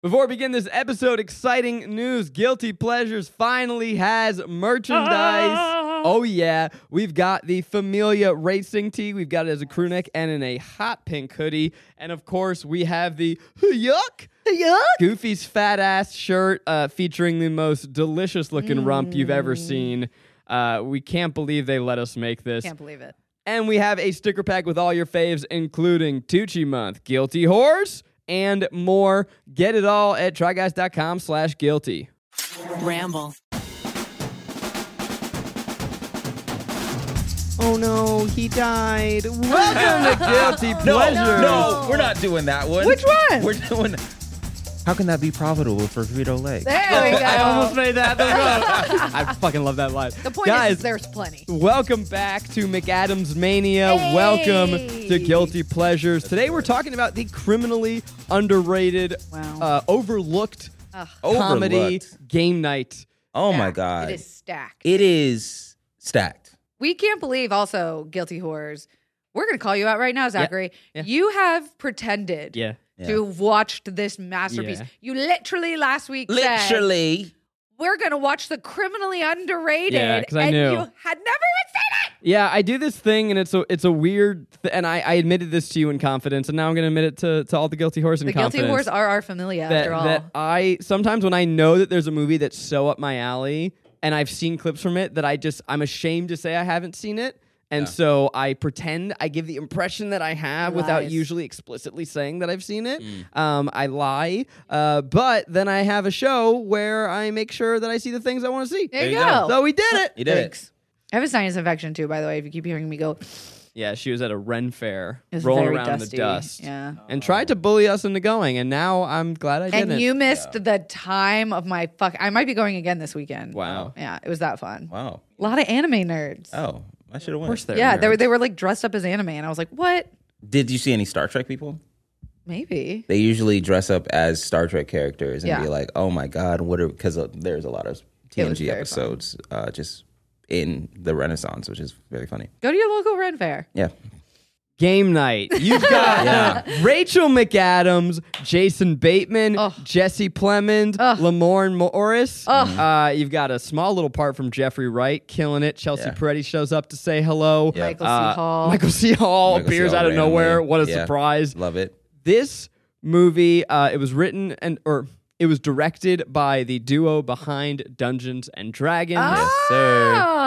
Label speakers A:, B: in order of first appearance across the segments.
A: Before we begin this episode, exciting news Guilty Pleasures finally has merchandise.
B: Ah.
A: Oh, yeah. We've got the Familia Racing tee. We've got it as a crew neck and in a hot pink hoodie. And of course, we have the Yuck Goofy's fat ass shirt uh, featuring the most delicious looking rump you've ever seen. Uh, we can't believe they let us make this.
B: Can't believe it.
A: And we have a sticker pack with all your faves, including Tucci Month, Guilty Whores, and more. Get it all at tryguys.com slash guilty.
C: Ramble.
A: Oh no, he died. Welcome to Guilty Pleasure.
D: No, we're not doing that one.
B: Which one?
D: We're doing. How can that be profitable for Frito Lay?
B: There we go.
A: I almost made that. I fucking love that line.
B: the point
A: Guys,
B: is, there's plenty.
A: Welcome back to McAdams Mania.
B: Hey.
A: Welcome to Guilty Pleasures. Today we're talking about the criminally underrated,
B: Wow.
A: uh, overlooked
B: Ugh.
A: comedy
D: Overlooked.
A: game night.
D: Oh my
B: Stacked.
D: God.
B: It is stacked.
D: It is stacked.
B: we can't believe also guilty whores. We're gonna call you out right now, Zachary.
A: Yeah.
B: You have pretended
A: Yeah.
D: Yeah.
B: to have watched this masterpiece.
A: Yeah.
B: You literally last week said
D: Literally.
B: we're gonna watch the criminally underrated.
A: Yeah, 'cause I
B: and
A: knew.
B: you had never even seen it.
A: Yeah, I do this thing and it's a it's a weird th- and I, I admitted this to you in confidence and now I'm gonna admit it to, to all the guilty horse in
B: The guilty
A: confidence.
B: whores are our familia
A: that,
B: after all.
A: that I sometimes when I know that there's a movie that's so up my alley and I've seen clips from it that I just I'm ashamed to say I haven't seen it. And so I pretend I give the impression that I have without
B: Lies.
A: usually explicitly saying that I've seen it.
B: Mm.
A: Um, I lie, uh, but then I have a show where I make sure that I see the things I want to see.
B: there, you
D: there you
B: go.
D: go.
A: So we did it.
D: You did it.
B: Thanks. I have a sinus infection too, by the way. If you keep hearing me go,
A: Yeah, she was at a Ren fair,
B: it's
A: rolling
B: very
A: around
B: dusty.
A: in the dust,
B: Yeah.
A: and tried to bully us into going. And now I'm glad I
B: And
A: didn't.
B: you missed the time of my fuck. I might be going again this weekend.
A: wow.
B: Yeah, it was that fun.
D: Wow.
B: A lot of anime nerds.
D: Oh, I should have
A: Of
D: won.
A: course, they're
B: yeah, they were,
A: nerds.
B: they were like dressed up as anime, and I was like, what?
D: Did you see any Star Trek people?
B: Maybe.
D: They usually dress up as Star Trek characters and
B: Yeah.
D: be like, "Oh my God, what are?" Because there's a lot of
B: It was
D: TNG
B: very
D: episodes uh, just in the Renaissance, which is very funny.
B: Go to your local Ren Fair.
D: Yeah.
A: game night. You've got uh, Rachel McAdams, Jason Bateman,
B: Ugh.
A: Jesse Plemons,
B: Ugh.
A: Lamorne Morris.
B: Ugh.
A: Uh, you've got a small little part from Jeffrey Wright, killing it. Chelsea
D: Yeah.
A: Peretti shows up to say hello.
D: Yeah.
B: Michael
A: Uh,
B: C. Hall.
A: Michael C. Hall
D: Michael C.
A: appears
D: Hall
A: out of
D: randomly.
A: nowhere. What a
D: Yeah.
A: surprise!
D: Love it.
A: This movie, uh, it was written and or it was directed by the duo behind Dungeons and Dragons.
D: Ah.
B: Oh.
D: sir.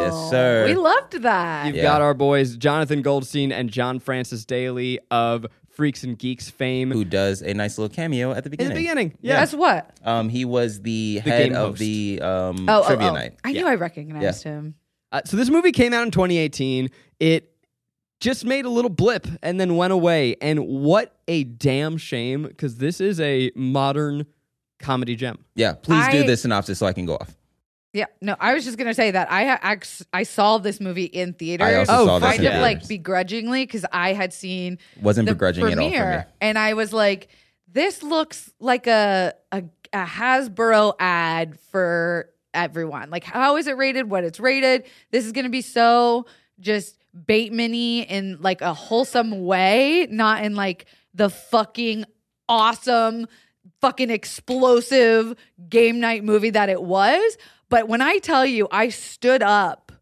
D: Yes, sir.
B: We loved that.
A: You've
D: Yeah.
A: got our boys Jonathan Goldstein and John Francis Daly of Freaks and Geeks fame.
D: Who does a nice little cameo at the
A: In
D: beginning?
A: the beginning, yeah.
B: That's what?
D: Um, he was the,
A: The
D: head
A: game
D: of
A: host.
D: the um,
B: Oh, oh,
D: trivia
B: oh.
D: night.
B: I knew I recognized him.
A: Uh, so this movie came out in 2018. It just made a little blip and then went away. And what a damn shame because this is a modern comedy gem.
D: Yeah, please
B: I-
D: do this synopsis so I can go off.
B: Yeah, no, I was just gonna say that I ha- ac- I saw this movie in theaters.
D: I also
A: Oh,
D: saw this
B: kind
D: in
B: of like
D: theaters.
B: begrudgingly because I had seen
D: wasn't
B: the
D: begrudging
B: premiere,
D: at all for me.
B: and I was like, "This looks like a, a a Hasbro ad for everyone. Like, how is it rated? What it's rated? This is going to be so just Bateman-y in like a wholesome way, not in like the fucking awesome, fucking explosive game night movie that it was." But when I tell you, I stood up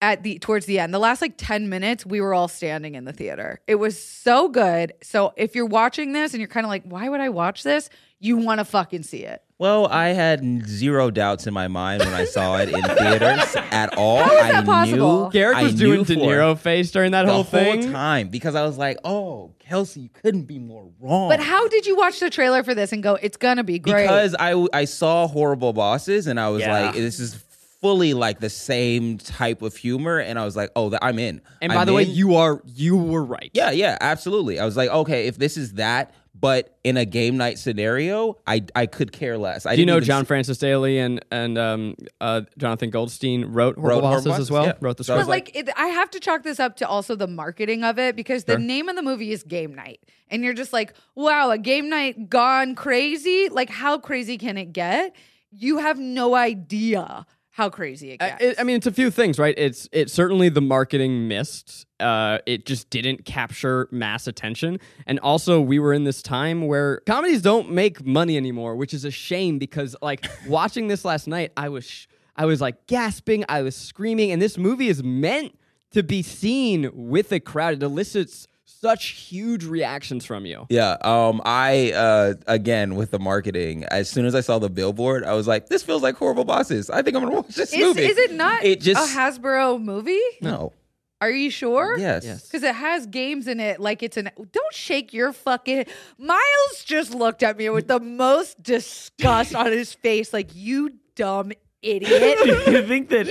B: at the towards the end the last like 10 minutes we were all standing in the theater it was so good so if you're watching this and you're kind of like why would i watch this you want to fucking see it
D: Well, I had zero doubts in my mind when I saw it in theaters at all.
B: How is that
D: I knew-
B: possible?
A: Garrick was
D: I
A: doing
D: knew
A: De
D: for
A: Niro face during that
D: the
A: whole
D: whole,
A: thing.
D: time because I was like, "Oh, Kelsey, you couldn't be more wrong."
B: but how did you watch the trailer for this and go it's gonna be great
D: Because I w- I saw horrible bosses and I was
A: Yeah.
D: like, "This is fully like the same type of humor," and I was like, "Oh, th- I'm in."
A: And
D: I'm
A: by the way,
D: in.
A: you are you were right.
D: Yeah, yeah, absolutely. I was like, okay, if this is that, but in a game night scenario, I I could care less. I
A: Do you
D: didn't
A: know
D: even
A: John
D: see-
A: Francis Daly and and um, uh, Jonathan Goldstein wrote Horrible
D: Wrote Horrible
A: Bosses as
D: Bosses,
A: well?
D: yeah.
A: Wrote the
D: So I
A: script.
B: but like, it, I have to chalk this up to also the marketing of it because the name of the movie is Game Night, and you're just like, wow, a game night gone crazy. Like, how crazy can it get? You have no idea how crazy it
A: I,
B: gets.
A: it, I mean, it's a few things, right? It's it certainly the marketing missed. Uh, it just didn't capture mass attention, and also we were in this time where comedies don't make money anymore, which is a shame because like watching this last night, I was sh- I was like gasping, I was screaming, and this movie is meant to be seen with a crowd. It elicits such huge reactions from you.
D: Yeah. Um. I uh again with the marketing. As soon as I saw the billboard, I was like, "This feels like horrible bosses." I think I'm gonna watch this
B: is,
D: movie.
B: is it not
D: It just
B: a Hasbro movie?
D: no.
B: Are you sure?
D: Yes.
A: Yes.
B: Because it has games in it, like it's an. Don't shake your fucking. Miles just looked at me with the most disgust on his face, like you dumb idiot.
C: Do you think that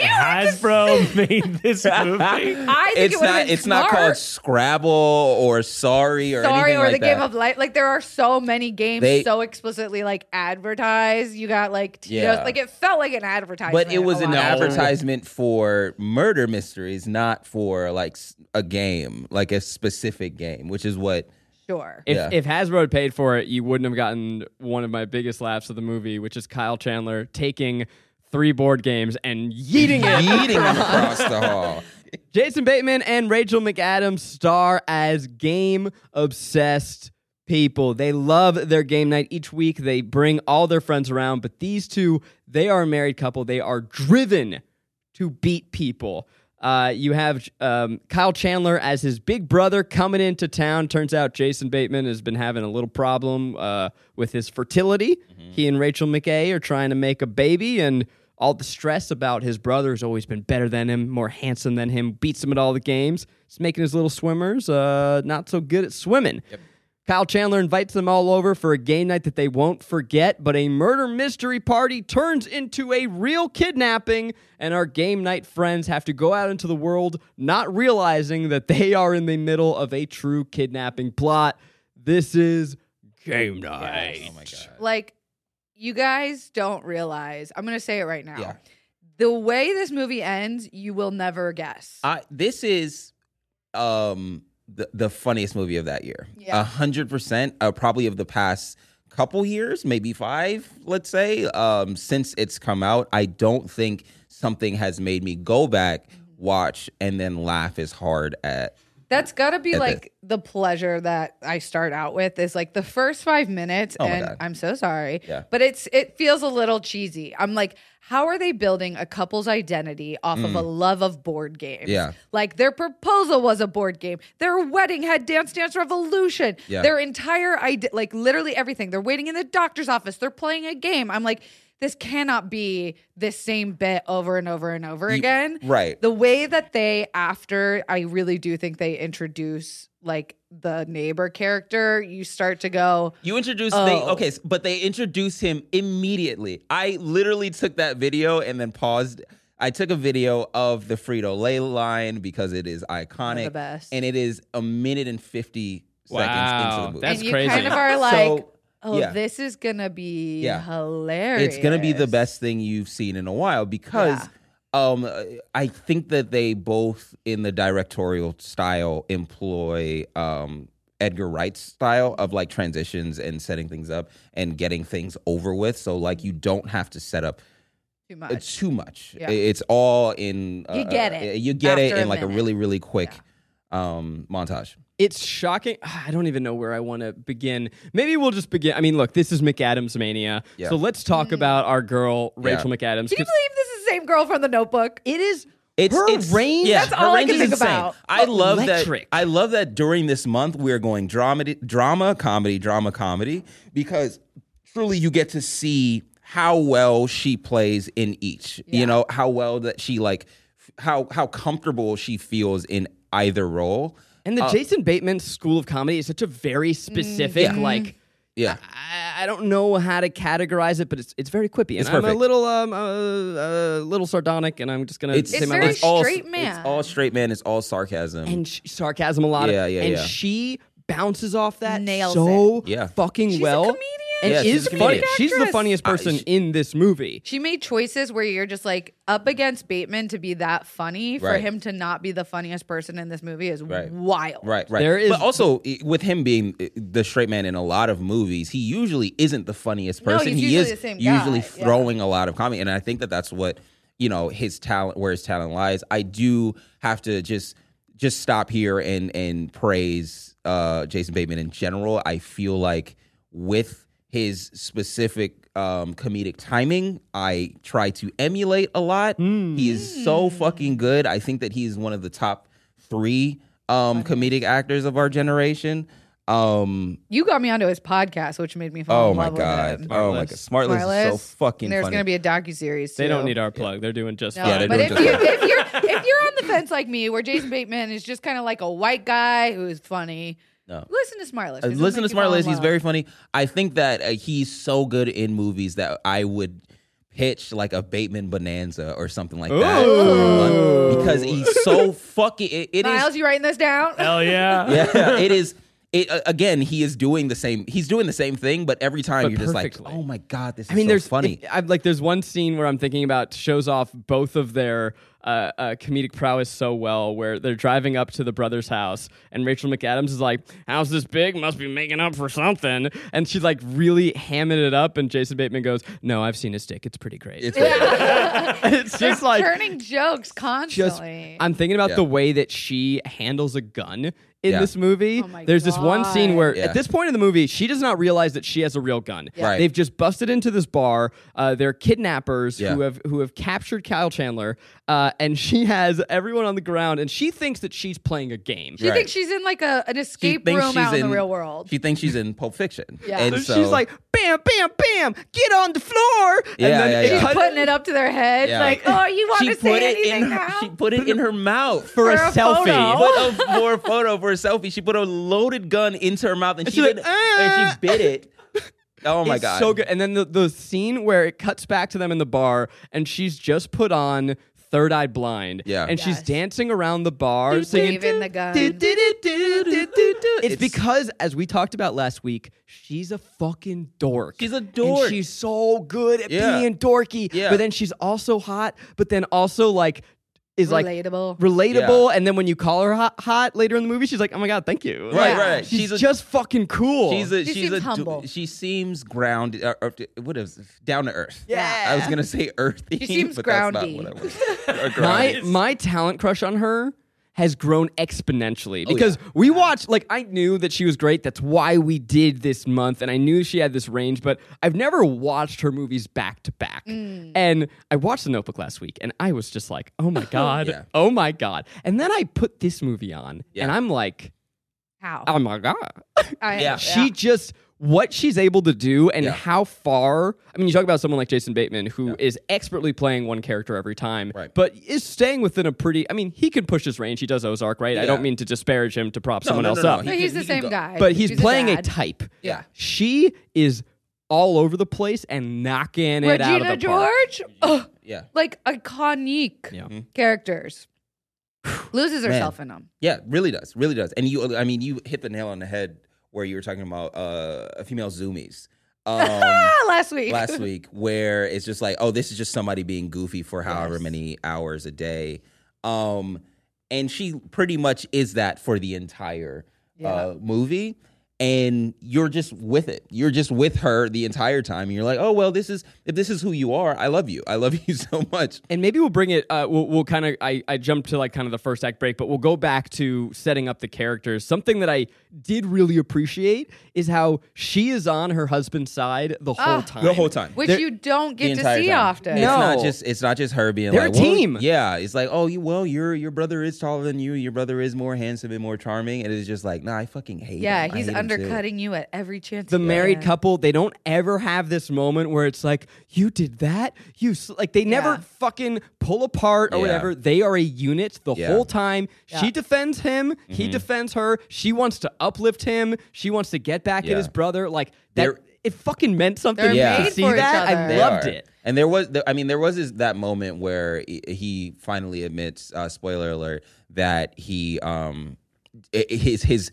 C: Hasbro made this movie?
B: I think
D: It's
B: it would've
D: not.
B: been
D: It's not
B: smart.
D: called Scrabble or Sorry or
B: Sorry,
D: anything
B: or
D: like
B: the
D: that.
B: game of life. Like there are so many games
D: They-
B: so explicitly like advertised. You got like Tito's.
D: Yeah.
B: Like it felt like an advertisement.
D: but it was
B: a
D: an
B: lot.
A: Oh.
D: advertisement for murder mysteries, not for like s- a game, like a specific game, which is what.
B: Sure.
A: If,
D: Yeah.
A: if Hasbro had paid for it, you wouldn't have gotten one of my biggest laughs of the movie, which is Kyle Chandler taking three board games and yeeting it.
D: Eating across the hall.
A: Jason Bateman and Rachel McAdams star as game obsessed people. They love their game night each week. They bring all their friends around, but these two, they are a married couple. They are driven to beat people. Uh, you have um, Kyle Chandler as his big brother coming into town. Turns out Jason Bateman has been having a little problem uh, with his fertility. He and Rachel McKay are trying to make a baby, and all the stress about his brother has always been better than him, more handsome than him, beats him at all the games. He's making his little swimmers uh, not so good at swimming. Kyle Chandler invites them all over for a game night that they won't forget, but a murder mystery party turns into a real kidnapping, and our game night friends have to go out into the world not realizing that they are in the middle of a true kidnapping plot. This is game night.
D: Oh my god.
B: like you guys don't realize i'm gonna say it right now
D: Yeah.
B: the way this movie ends you will never guess
D: I this is um the, the funniest movie of that year.
B: Yeah.
D: A hundred percent, uh, probably of the past couple years, maybe five, let's say, um, since it's come out. I don't think something has made me go back, watch, and then laugh as hard at
B: that's gotta be
D: At
B: like the pleasure that i start out with is like the first five minutes
D: Oh my
B: and
D: God.
B: i'm so sorry
D: Yeah.
B: but it's it feels a little cheesy i'm like how are they building a couple's identity off of a love of board games
D: Mm. Yeah.
B: like their proposal was a board game their wedding had dance dance revolution
D: Yeah.
B: their entire idea like literally everything they're waiting in the doctor's office they're playing a game i'm like this cannot be this same bit over and over and over
D: You-
B: again
D: right.
B: the way that they after i really do think they introduce like the neighbor character you start to go
D: You introduced
B: Oh.
D: they okay, s- but they introduced him immediately. I literally took that video and then paused. I took a video of the Frito Lay line because it is iconic,
B: the best.
D: and it is a minute and fifty seconds into
A: Wow,
D: the movie.
A: that's
B: and you
A: crazy.
B: kind of are
D: So,
B: like oh
D: yeah.
B: this is gonna be
D: Yeah.
B: hilarious
D: it's gonna be the best thing you've seen in a while because.
B: Yeah.
D: Um, I think that they both, in the directorial style, employ um, Edgar Wright's style of like transitions and setting things up and getting things over with. So like you don't have to set up
B: too
D: uh,
B: much
D: too much.
B: Yeah.
D: I- It's all in.
B: You get it
D: uh, You get it
B: after a
D: in like a
B: minute.
D: really really quick um, montage.
A: It's shocking. Ah, I don't even know where I want to begin. Maybe we'll just begin. I mean, look, this is McAdams mania.
D: Yeah.
A: So let's talk about our girl, Rachel McAdams.
B: Mm. can
A: 'cause
B: you believe this is the same girl from the notebook
A: It is
D: It's
A: Her
D: it's,
A: range-
D: Yeah,
B: That's
D: her
B: all I
D: range
B: can
D: is
B: think
D: insane.
B: about.
D: I love
A: Electric.
D: that. I love that during this month we are going drama, drama, comedy, drama, comedy because truly you get to see how well she plays in each. You know how well that she like f- how how comfortable she feels in either role.
A: And
D: uh,
A: the Jason Bateman School of Comedy is such a
B: Mm.
A: very specific, like,
D: Yeah.
A: I, I don't know how to categorize it, but it's it's very quippy. And
D: It's
A: I'm a
D: perfect.
A: little um uh, uh, little sardonic, and I'm just gonna
D: It's,
A: say my
B: very
A: last-
B: sh- straight man.
D: It's all straight man. It's all sarcasm.
A: and sh- sarcasm a lot.
D: Yeah,
A: of,
D: yeah,
A: And
D: yeah.
A: she bounces off that
B: Nails
A: so
D: it. Yeah.
A: fucking
B: She's a
A: well.
B: comedian.
A: And
D: Yeah, she's
A: is
D: a
A: funny.
D: comedian.
A: She's the
B: Actress.
A: funniest person in this movie.
B: She made choices where you're just like up against Bateman to be that funny for
D: Right.
B: him to not be the funniest person in this movie is
D: Right.
B: wild.
D: Right, right.
A: There is-
D: but also i- with him being i- the straight man in a lot of movies, he usually isn't the funniest
B: No,
D: person.
B: he's
D: he
B: usually
D: is
B: the same guy,
D: usually
B: yeah.
D: throwing a lot of comedy, and I think that that's what you know his talent where his talent lies. I do have to just just stop here and and praise uh Jason Bateman in general. I feel like with his specific um comedic timing, I try to emulate a lot.
B: Hmm.
D: He is so fucking good. I think that he is one of the top 3 um comedic actors of our generation. Um
B: You got me onto his podcast, which made me fall
D: oh
B: in
D: my
B: love with
D: god.
B: him.
D: Oh my god. Smartless, is so
B: Wireless.
D: fucking
B: There's
D: funny.
B: gonna be a docu series.
A: They don't need our plug. They're doing just
B: No,
A: fine.
D: Yeah, they
B: but
D: don't
B: if,
D: just-
B: you, if you're if you're on the fence like me, where Jason Bateman is just kind of like a white guy who's funny,
D: No.
B: listen to Smart List.
D: Uh,
B: 'cause it'll
D: listen to
B: make you fall
D: Smart
B: in
D: Liz. He's
B: love.
D: very funny. I think that uh, he's so good in movies that I would pitch like a Bateman Bonanza or something like that.
A: Ooh.
D: Because he's so fucking. It, it is-
B: Miles. You writing this down?
C: Hell yeah.
D: yeah, it is. It, uh, again, he is doing the same. He's doing the same thing, but every time
A: But
D: you're just
A: perfectly.
D: like, "Oh my god, this is
A: I mean,
D: so
A: there's
D: funny."
A: if- I'm like, there's one scene where I'm thinking about shows off both of their uh, uh, comedic prowess so well, where they're driving up to the brother's house, and Rachel McAdams is like, "House this big must be making up for something," and she's like really hamming it up, and Jason Bateman goes, "No, I've seen his dick. It's pretty great."
D: It's
A: It's,
D: like-
A: just like
B: turning jokes
A: just
B: constantly.
A: I'm thinking about
D: Yeah.
A: the way that she handles a gun in
D: Yeah.
A: this movie.
B: Oh my
A: There's this one scene
B: God.
A: where
D: Yeah.
A: at this point in the movie, she does not realize that she has a real gun.
D: Yeah. Right.
A: They've just busted into this bar. Uh, they're kidnappers
D: Yeah.
A: who have who have captured Kyle Chandler, uh, and she has everyone on the ground, and she thinks that she's playing a game.
B: she
D: Right.
B: thinks she's in like a an
D: She
B: escape
D: thinks
B: room
D: she's
B: out in,
D: in-
B: the real world.
D: She thinks she's in Pulp Fiction.
B: Yeah.
D: and
A: So
D: so
A: she's like, bam, bam, bam, get on the floor.
D: Yeah,
A: and then
D: yeah,
A: it
D: yeah.
A: cut-
B: putting it up to their head,
D: Yeah.
B: like, "Oh, you want
D: she
B: to
D: put
B: say
D: it
B: anything
D: in her,
B: now?"
D: she put it in her mouth
A: for, a,
B: for a
A: selfie.
B: photo.
D: put a,
A: Oh.
D: for a photo for a selfie. She put a loaded gun into her mouth and,
A: And
D: she
A: she's
D: did,
A: like, "Ah."
D: and she bit it. Oh my
A: It's
D: god,
A: so good. And then the, the scene where it cuts back to them in the bar, and she's just put on Third Eye Blind,
D: Yeah.
A: and she's
B: Yes.
A: dancing around the bar singing.
B: waving the gun.
A: "Do, do, do, do, do, do, do." It's
D: It's-
A: because, as we talked about last week, she's a fucking dork.
D: She's a
A: And
D: dork.
A: she's so good at
D: Yeah.
A: being dorky,
D: Yeah.
A: but then she's also hot. But then also like is like
B: Relatable.
A: relatable. And then when you call her hot, hot later in the movie, she's like, "Oh my god, thank you!"
D: Right,
A: Like,
D: right.
A: She's,
D: She's a-
A: just fucking cool.
D: She's
B: She
D: a, she's
B: seems
D: a, d-
B: humble.
D: She seems grounded. Uh, uh, what is down to earth?
A: Yeah.
D: I was gonna say earthy.
B: She seems
D: but that's not
B: groundy.
D: what I was- or
A: my
D: grounded.
A: my talent crush on her has grown exponentially
D: Oh,
A: because we watched like I knew that she was great. That's why we did this month, and I knew she had this range. But I've never watched her movies back to back, and I watched The Notebook last week, and I was just like, oh my god,
D: Yeah.
A: oh my god. And then I put this movie on,
D: Yeah.
A: and I'm like,
B: How?
A: oh my god.
B: I-
D: Yeah.
A: she just what she's able to do and
D: Yeah.
A: how far I mean you talk about someone like Jason Bateman who is expertly playing one character every time
D: Right.
A: but is staying within a pretty I mean he can push his range he does Ozark right I
D: Yeah.
A: don't mean to disparage him to prop
D: No,
A: someone
D: no,
A: else
D: no, no.
A: up
B: But
D: He
B: he's
D: can-
B: the
D: he can
B: same
D: go-
B: guy.
A: but he's, playing a
B: dad.
A: type
D: Yeah.
A: she is all over the place and knocking it out of
B: Regina
A: the park
B: George, Ugh,
D: yeah,
B: like iconic
A: Yeah.
B: characters, loses herself in them.
D: yeah, really does, really does. And you, I mean, you hit the nail on the head where you were talking about uh, female zoomies. Um,
B: Ah, last week.
D: last week where it's just like, oh, this is just somebody being goofy for however many hours a day. Um, and she pretty much is that for the entire uh, movie. And you're just with it. You're just with her the entire time. And you're like, oh, well, this is, if this is who you are, I love you. I love you so much.
A: and maybe we'll bring it uh, we'll, we'll kind of I, I jumped to like kind of the first act break but we'll go back to setting up the characters something that i did really appreciate is how she is on her husband's side the whole time
D: The whole time.
B: which
A: There-
B: you don't
D: The
B: get to
D: entire
B: see
D: time.
B: often.
D: It's
A: No.
D: not just it's not just her being
A: They're
D: like
A: a
D: well,
A: team.
D: yeah, it's like oh you well your your brother is taller than you, your brother is more handsome and more charming, and it's just like nah, I fucking hate
B: Yeah,
D: him. I
B: he's
D: hate him too.
B: undercutting you at every chance.
A: the
B: he
A: married
B: can.
A: couple they don't ever have this moment where it's like you did that you s-. like they never
B: Yeah.
A: fucking pull apart or
D: Yeah.
A: whatever they are a unit the
D: Yeah. Mm-hmm.
A: whole time she defends him he defends her she wants to uplift him she wants to get back at
D: Yeah.
A: his brother like that
D: They're-
A: it fucking meant something
B: They're
D: Yeah.
A: to
D: made
A: see
B: for each
A: that i
B: other. They
A: loved
D: are.
A: it
D: And there was, I mean, there was this, that moment where he- he finally admits, uh, spoiler alert, that he, um, i- his, his,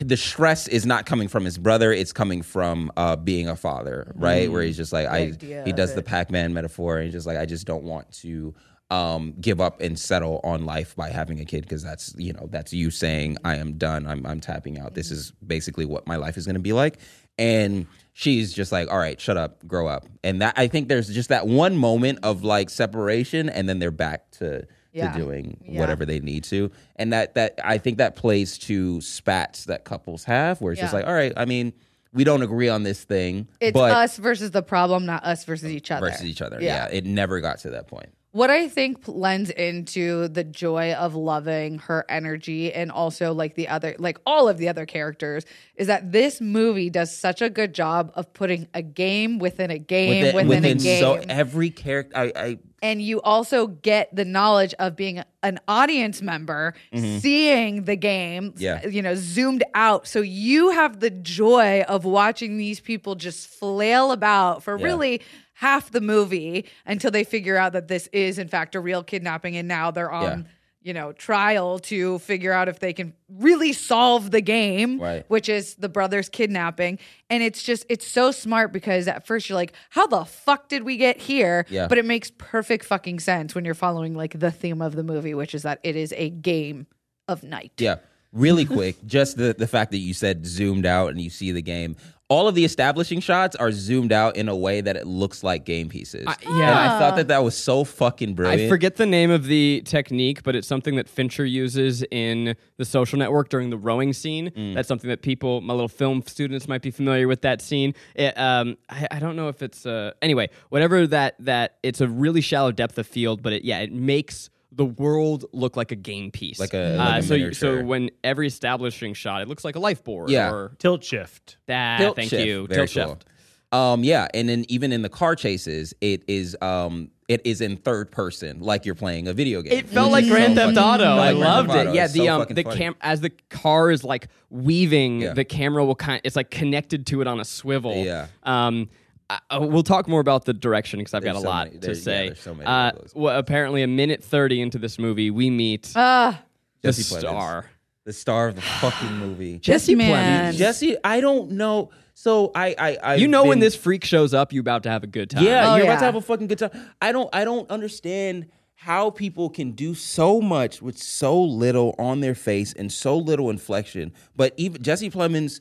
D: the stress is not coming from his brother; it's coming from uh, being a father, right? Where he's just like, I,
B: Mm-hmm. idea
D: he
B: of
D: does the
B: it.
D: Pac-Man metaphor, and he's just like, I just don't want to um, give up and settle on life by having a kid because that's, you know, that's you saying I am done. I'm, I'm tapping out. This is basically what my life is going to be like. and she's just like, "All right, shut up, grow up." And that I think there's just that one moment of like separation, and then they're back to.
B: Yeah.
D: To doing
B: Yeah.
D: whatever they need to, and that that I think that plays to spats that couples have, where it's just
B: Yeah.
D: like, all right, I mean, we don't agree on this thing,
B: It's
D: but
B: us versus the problem, not us versus each other.
D: versus each other. Yeah. it never got to that point.
B: What I think p- lends into the joy of loving her energy and also like the other, like all of the other characters, is that this movie does such a good job of putting a game within a game within, a game.
D: so every character, I, I
B: and you also get the knowledge of being an audience member seeing the game
D: Mm-hmm. Yeah.
B: you know zoomed out so you have the joy of watching these people just flail about for
D: Yeah.
B: really half the movie until they figure out that this is in fact a real kidnapping and now they're on
D: Yeah.
B: you know trial to figure out if they can really solve the game
D: Right.
B: which is the brother's kidnapping and it's just it's so smart because at first you're like how the fuck did we get here
D: Yeah.
B: but it makes perfect fucking sense when you're following like the theme of the movie which is that it is a game of night
D: yeah, really quick. just the the fact that you said zoomed out and you see the game. All of the establishing shots are zoomed out in a way that it looks like game pieces.
A: yeah.
D: and I thought that that was so fucking brilliant.
A: I forget the name of the technique, but it's something that Fincher uses in The Social Network during the rowing scene.
D: Mm.
A: That's something that people, my little film students, might be familiar with that scene. It, um, I, I don't know if it's uh, anyway. Whatever that that it's a really shallow depth of field, but it, yeah, it makes the world look like a game piece,
D: Like a-
A: uh,
D: like a
A: so you- so
D: miniature.
A: when every establishing shot, it looks like a lifeboard.
D: Yeah.
A: or
C: Tilt shift.
A: that.
D: Tilt
A: thank
D: shift.
A: you.
D: Very
A: Tilt
D: cool.
A: shift.
D: Um, yeah, and then even in the car chases, it is um, it is in third person, like you're playing a video game.
A: It felt
D: which
A: like
D: is
A: Grand
D: so
A: Theft
D: fucking-
A: Auto. I
D: like Grand Theft
A: loved
D: Auto.
A: it. Yeah,
D: It's
A: the
D: so
A: um
D: fucking
A: the
D: funny.
A: cam as the car is like weaving,
D: Yeah.
A: the camera will kind it's like connected to it on a swivel.
D: Yeah.
A: Um I, I- we'll talk more about the direction because I've
D: There's
A: got a
D: so
A: lot
D: many-
A: to
D: there- yeah,
A: say.
D: there's so many
A: uh,
D: of those.
A: well, apparently, a minute thirty into this movie, we meet
B: Ah,
A: the
D: Jesse Plemons.
A: star.
D: the star of the fucking movie.
A: Jesse
B: this
A: Plemons.
B: man.
D: Jesse, I don't know. So I, I, I
A: You know when
D: been-
A: this freak shows up, you're about to have a good time.
D: Yeah,
B: Oh,
D: you're
B: yeah.
D: about to have a fucking good time. I don't, I don't understand how people can do so much with so little on their face and so little inflection. But even Jesse Plemons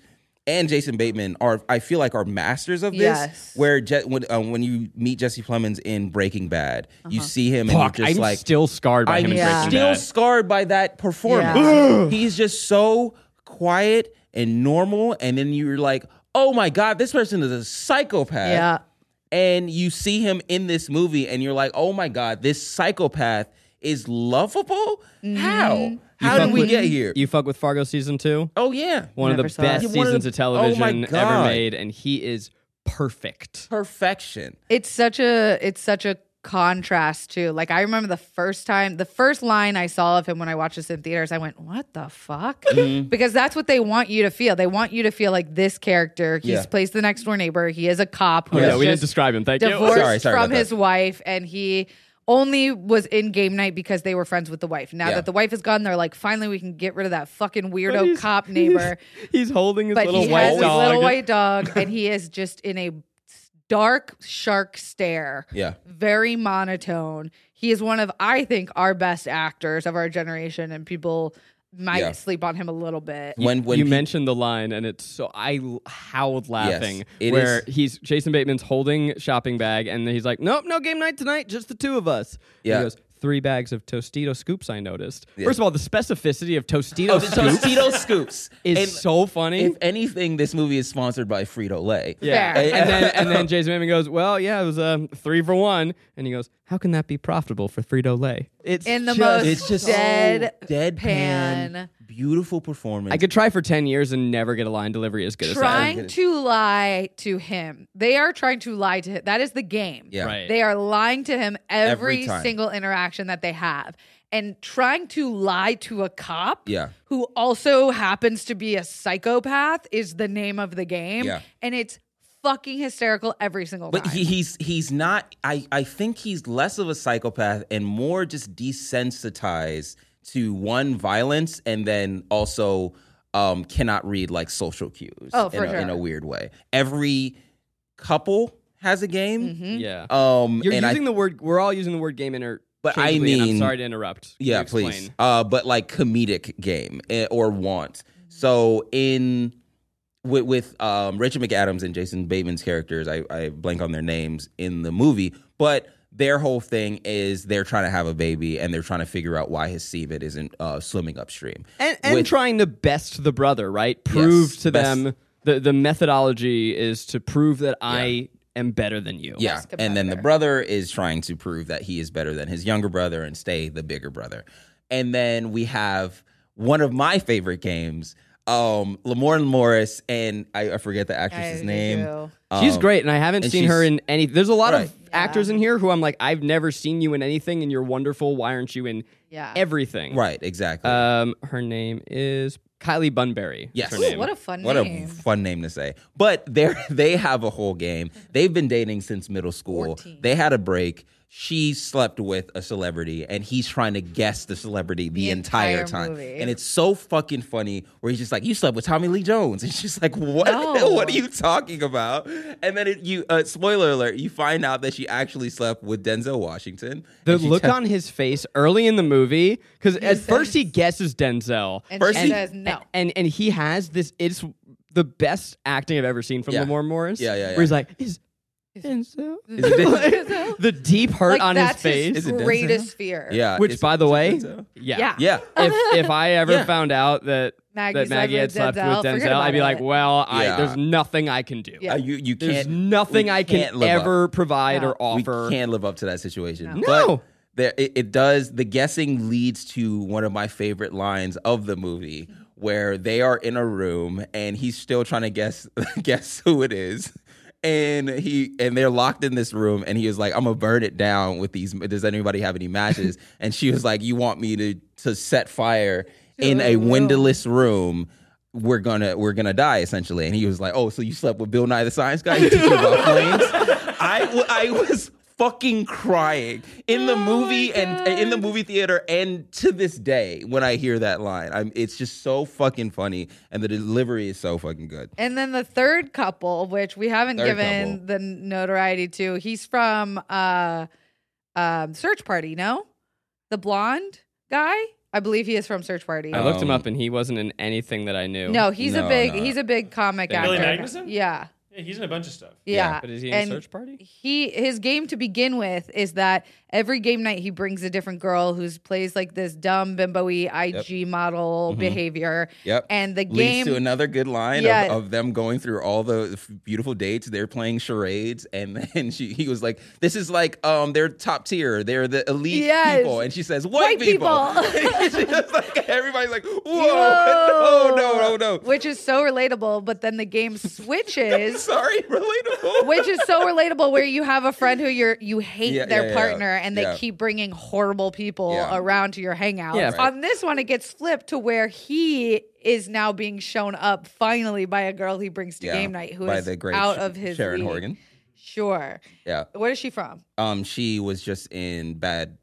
D: and Jason Bateman are, I feel like, are masters of this.
B: Yes.
D: Where Je- when um, when you meet Jesse Plemons in Breaking Bad, you see him
A: Uh-huh. Fuck,
D: and you're just
A: I'm
D: like,
A: still scarred by
D: I'm
A: him in
B: Yeah.
A: Breaking
D: still
A: Bad.
D: scarred by that performance.
B: Yeah.
D: He's just so quiet and normal, and then you're like, "Oh my god, this person is a psychopath."
B: yeah
D: And you see him in this movie, and you're like, "Oh my god, this psychopath is lovable."
B: Mm-hmm.
D: How? How
A: fuck
D: did we
A: with-
D: get here?
A: You fuck with Fargo season two?
D: oh yeah,
A: One
B: Never
A: of the
B: saw it.
A: best
D: Yeah, one of
A: seasons
D: the-
A: of
D: Oh my
A: television ever
D: God.
A: made, and he is perfect.
D: perfection.
B: it's such a it's such a contrast too like i remember the first time the first line i saw of him when i watched this in theaters i went what the fuck
D: Mm-hmm.
B: because that's what they want you to feel they want you to feel like this character he's
D: Yeah.
B: plays the next door neighbor he is a cop who
A: Oh, yeah,
B: is
A: we didn't
B: just
A: describe him. Thank you.
B: divorced
D: Sorry, sorry
B: from
D: about that.
B: his wife and he only was in game night because they were friends with the wife now
D: Yeah.
B: that the wife is gone they're like finally we can get rid of that fucking
A: But
B: weirdo
A: he's-
B: cop neighbor
A: He's, he's holding his
B: but
A: little
B: he
A: white
B: has his
A: dog.
B: little white dog and he is just in a dark shark stare
D: Yeah.
B: very monotone he is one of i think our best actors of our generation and people might
D: Yeah.
B: sleep on him a little bit
D: When when
A: you
D: pe-
A: mentioned the line, and it's so I l- howled laughing.
D: it
A: where
D: is-
A: he's Jason Bateman's holding shopping bag, and he's like, "Nope, no game night tonight, just the two of us." And
D: Yeah.
A: he goes, Three bags of Tostito scoops. I noticed. First of all, the specificity of Tostito
D: oh, the
A: scoops
D: Tostito scoops
A: is
D: And
A: so funny.
D: If anything, this movie is sponsored by Frito Lay.
A: yeah,
B: Fair.
A: and, and then and then Jason Bateman goes, "Well, yeah, it was um, three for one," and he goes, "How can that be profitable for Frito Lay?" It's
B: in the
A: just-
B: most
D: It's just
B: dead
D: so deadpan,
B: pan.
D: beautiful performance.
A: I could try for ten years and never get a line delivery as good as that.
B: trying to lie to him they are trying to lie to him that is the game
D: yeah.
A: Right.
B: They are lying to him every,
D: Every time.
B: single interaction that they have and trying to lie to a cop
D: Yeah.
B: who also happens to be a psychopath is the name of the game
D: Yeah.
B: and it's fucking hysterical every single
D: But
B: time.
D: he, he's he's not. I I think he's less of a psychopath and more just desensitized to one violence and then also um cannot read like social cues.
B: Oh, for
D: in, a, in
B: sure.
D: a weird way. Every couple has a game.
B: Mm-hmm.
A: Yeah.
D: Um,
A: You're
D: and I
A: using the word. We're all using the word game inter.
D: But I
A: I'm
D: mean-
A: sorry to interrupt. You
D: Yeah,
A: explain.
D: please. Uh, but like comedic game eh, or want. So in with, with um, Rachel McAdams and Jason Bateman's characters. I, I blank on their names in the movie, but their whole thing is they're trying to have a baby and they're trying to figure out why his semen isn't uh, swimming upstream.
A: and and
D: With-
A: trying to best the brother, right? Prove
D: Yes,
A: to
D: best-
A: them the the methodology is to prove that I am better than you.
D: Yeah,
B: Best
D: and then the
B: competitor.
D: brother is trying to prove that he is better than his younger brother and stay the bigger brother. And then we have one of my favorite games, um, Lamorne Morris and I, I forget the actress's
B: do
D: name.
B: too.
A: She's
D: Um,
A: great, and I haven't
D: and
A: seen her
D: she's-
A: in any. There's a lot
D: Right.
A: of actors in here who I'm like, I've never seen you in anything, and you're wonderful. Why aren't you in
B: Yeah.
A: everything?
D: Right, exactly.
A: Um, her name is Kylie Bunbury. is
D: Yes.
A: her
D: Ooh,
A: name.
B: what a fun
D: what
B: name.
D: a fun name to say. But they they have a whole game. They've been dating since middle school.
B: 14.
D: They had a break. She slept with a celebrity, and he's trying to guess the celebrity the,
B: The
D: entire,
B: entire
D: time.
B: movie.
D: And it's so fucking funny where he's just like, "You slept with Tommy Lee Jones," and she's like, "What?
B: No.
D: what are you talking about?" And then it, you, uh, spoiler alert, you find out that she actually slept with Denzel Washington.
A: the
D: And she
A: look
D: te-
A: on his face early in the movie because at first he guesses Denzel,
B: and
D: Percy-
B: she says no.
A: and and he has this. It's the best acting I've ever seen from
D: Yeah.
A: Lamar Morris.
D: Yeah, yeah, yeah.
A: Where he's like, is Denzel?
D: Is it Denzel?
A: the deep hurt
B: like
A: on his
B: that's
A: face.
D: Is it Denzel?
B: greatest fear.
D: yeah,
A: which,
D: it's-
A: by the way,
D: Denzel?
A: yeah.
B: Yeah.
D: yeah.
A: If if I ever
D: Yeah.
A: found out that
B: Maggie
A: that
B: slept
A: Maggie had
B: with
A: slept
B: Denzel,
A: with
B: forget
A: Denzel, I'd
B: about
A: be like,
B: it.
A: well, I
D: Yeah.
A: there's nothing I can do.
B: Yeah.
D: Uh, you you can't.
A: There's nothing
D: we
A: I
D: can't
A: can
D: live up.
A: ever provide
B: No.
A: or offer.
D: We can live up to that situation.
A: No. No.
D: But there, it, it does. The guessing leads to one of my favorite lines of the movie, where they are in a room and he's still trying to guess guess who it is. And he and they're locked in this room, and he was like, "I'm gonna burn it down with these. Does anybody have any matches?" and she was like, "You want me to to set fire in a
B: room.
D: windowless room? We're gonna we're gonna die essentially." And he was like, "Oh, so you slept with Bill Nye the Science Guy? You teaching about flames?" I, w- I was fucking crying in the
B: Oh
D: movie and uh, in the movie theater and to this day when I hear that line. I'm it's just so fucking funny and the delivery is so fucking good.
B: And then the third couple, which we haven't
D: Third
B: given
D: couple.
B: the notoriety to, he's from uh um Search Party, no? The blonde guy? I believe he is from Search Party.
A: I looked him
D: Um,
A: up and he wasn't in anything that I knew.
B: no, he's
D: No,
B: a big
D: no.
B: he's a big comic
A: Billy
B: actor.
C: Magnuson?
B: Yeah.
C: Yeah, he's in a bunch of stuff.
B: Yeah.
A: But is he in
B: and
A: Search Party?
B: He his game to begin with is that every game night he brings a different girl who's plays like this dumb bimbo-y IG model
A: Mm-hmm.
B: behavior.
D: Yep.
B: And the
D: Leads
B: game
D: to another good line
B: Yeah.
D: of, of them going through all the f- beautiful dates. They're playing charades, and then she he was like, "This is like um, they're top tier. They're the elite
B: Yes.
D: people." And she says,
B: White
D: "White,
B: people."
D: She's just like, everybody's like, "Whoa,
B: Whoa.
D: Oh, no, no, no, no."
B: Which is so relatable, but then the game switches.
D: Sorry, relatable.
B: Which is so relatable, where you have a friend who you're you hate
D: Yeah,
B: their
D: yeah, yeah,
B: partner, and they
D: yeah.
B: keep bringing horrible people
D: Yeah.
B: around to your hangouts.
A: Yeah.
B: On this one, it gets flipped to where he is now being shown up finally by a girl he brings to
D: Yeah,
B: game night who
D: by
B: is
D: the great
B: out
D: Sh-
B: of his
D: Sharon
B: league.
D: Horgan.
B: Sure.
D: Yeah.
B: Where is she from?
D: Um, she was just in Bad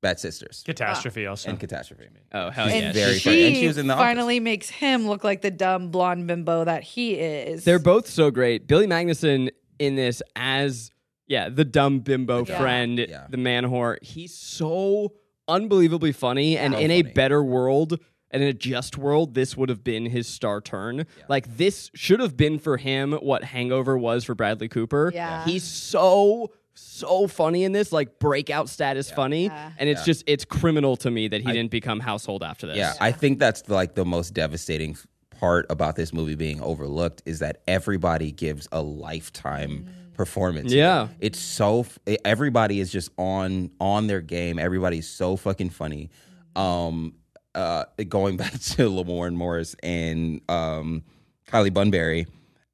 D: Bad Sisters
C: Catastrophe also.
D: and Catastrophe.
A: Oh hell
D: She's
A: yeah.
B: And
D: very
B: she,
D: funny. And she was in The Office.
B: finally makes him look like the dumb blonde bimbo that he is.
A: They're both so great. Billy Magnuson in this as yeah, the dumb bimbo
B: Yeah.
A: friend,
D: Yeah.
A: the man whore. He's so unbelievably funny and
D: So
A: in a
D: funny.
A: better world and in a just world, this would have been his star turn. Like this should have been for him what Hangover was for Bradley Cooper.
B: Yeah.
A: He's so so funny in this, like breakout status funny,
B: Yeah.
A: and it's
D: Yeah.
A: just it's criminal to me that he didn't become household after this.
D: Yeah, I think that's like the most devastating part about this movie being overlooked is that everybody gives a lifetime performance. here.
A: Yeah.
D: It's so f- e, everybody is just on on their game. Everybody's so fucking funny. Um uh going back to Lamorne Morris and um Kylie Bunbury,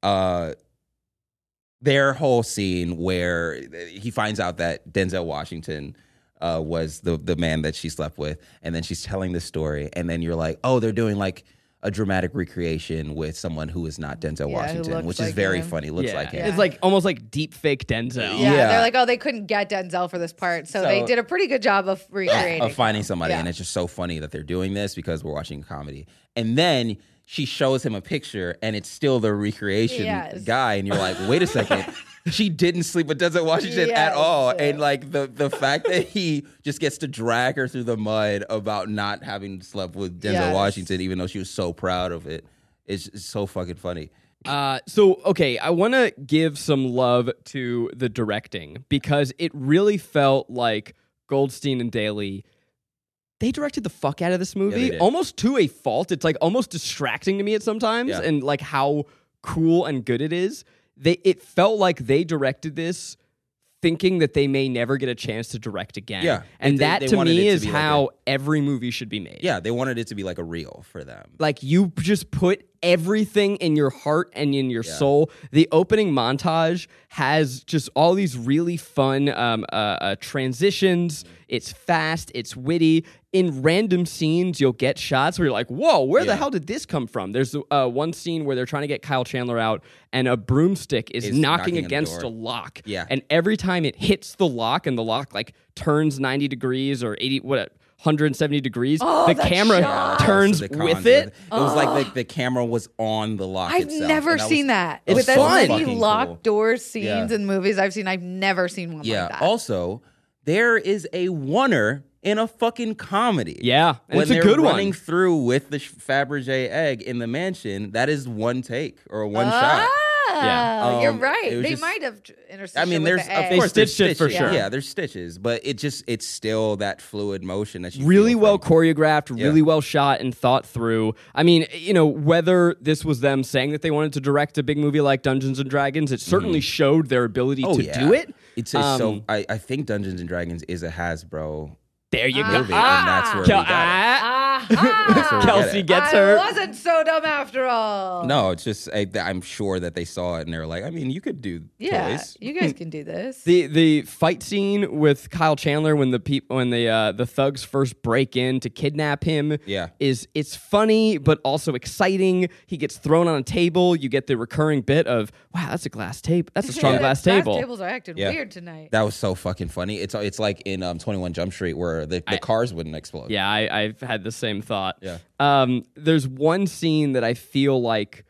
D: uh their whole scene where he finds out that Denzel Washington uh, was the the man that she slept with, and then she's telling this story, and then you're like, oh, they're doing like a dramatic recreation with someone who is not Denzel
B: who
D: Washington,
B: looks
D: which is
B: like
D: very
B: him.
D: funny. Looks
A: Yeah.
D: like him.
A: It's like almost like deep fake Denzel.
B: Yeah,
D: Yeah.
B: they're like, oh, they couldn't get Denzel for this part, so, they
D: So-
B: did a pretty good job of recreating.
D: of finding somebody,
B: Yeah.
D: and it's just so funny that they're doing this because we're watching a comedy, and then. She shows him a picture and it's still the recreation
B: Yes.
D: guy, and you're like, wait a second, she didn't sleep with Denzel Washington at
B: Yes.
D: all. And like the the fact that he just gets to drag her through the mud about not having slept with Denzel
B: Yes.
D: Washington, even though she was so proud of it, is is so fucking funny.
A: Uh, so okay, I want to give some love to the directing because it really felt like Goldstein and Daly. They directed the fuck out of this movie,
D: did.
A: almost to a fault. It's like almost distracting to me at sometimes,
D: Yeah.
A: and like how cool and good it is. They it felt like they directed this thinking that they may never get a chance to direct again.
D: Yeah.
A: and
D: They-
A: that
D: they
A: to
D: wanted
A: me
D: it to
A: is
D: be like
A: how every movie should be made.
D: Yeah, they wanted it to be like a reel for them.
A: Like you just put everything in your heart and in your soul. The opening montage has just all these really fun um, uh, uh, transitions.
D: Mm-hmm.
A: It's fast, it's witty. In random scenes, you'll get shots where you're like, "Whoa, where the
D: Yeah.
A: hell did this come from?" There's uh, one scene where they're trying to get Kyle Chandler out, and a broomstick is
D: Is
A: knocking,
D: knocking on the
A: against a
D: door.
A: lock.
D: Yeah.
A: and every time it hits the lock, and the lock like turns 90 degrees or 80 what. 170 degrees.
B: Oh,
A: the
B: that
A: camera
B: shot.
A: turns
D: So the
A: with
D: cons-
A: it.
D: It was like the, the camera was on the lock.
B: I've
D: itself,
B: never
D: and
B: seen
D: was-
B: that.
A: It's
B: With as
A: fun.
B: many
D: Fucking
B: locked
D: cool.
B: door scenes
D: Yeah.
B: in movies I've seen, I've never seen one
D: Yeah.
B: like that.
D: Also, there is a oneer in a fucking comedy.
A: Yeah, and
D: when
A: it's a
D: they're
A: good
D: running
A: one.
D: through with the sh- Fabergé egg in the mansion, that is one take or one shot.
B: Ah,
D: Yeah.
B: you're
D: Um,
B: right.
D: it was
B: They
D: just-
B: might have intersected.
D: I mean, there's
B: the egg.
D: of course there's
A: stitched it for
D: stitches.
A: sure.
D: Yeah, there's stitches, but it just it's still that fluid motion that you
A: really
D: feel
A: well
D: from-
A: choreographed,
D: Yeah.
A: really well shot and thought through. I mean, you know, whether this was them saying that they wanted to direct a big movie like Dungeons and Dragons, it certainly showed their ability
D: Mm-hmm. Oh,
A: to
D: yeah.
A: do it.
D: It's, it's
A: Um,
D: so I, I think Dungeons and Dragons is a Hasbro
A: There you go.
D: movie,
A: Ah,
D: and that's where
A: Kel-
D: we got it.
A: ah,
D: That's where
B: Aha!
D: we got
A: Kelsey
D: it.
A: gets
B: I
A: her.
B: wasn't so dumb after all.
D: No, it's just I, I'm sure that they saw it and they're like, I mean, you could do
B: Yeah,
D: toys.
B: you guys can do this.
A: The the fight scene with Kyle Chandler when the peop- when the uh, the thugs first break in to kidnap him
D: Yeah.
A: is it's funny but also exciting. He gets thrown on a table. You get the recurring bit of wow, that's a glass table. That's a strong
B: Yeah,
A: glass
B: glass
A: table.
B: tables are acting
D: Yeah.
B: weird tonight.
D: That was so fucking funny. It's it's like in um, 21 Jump Street where the, the cars wouldn't explode.
A: Yeah, I, I've had the same thought.
D: Yeah.
A: Um, there's one scene that I feel like,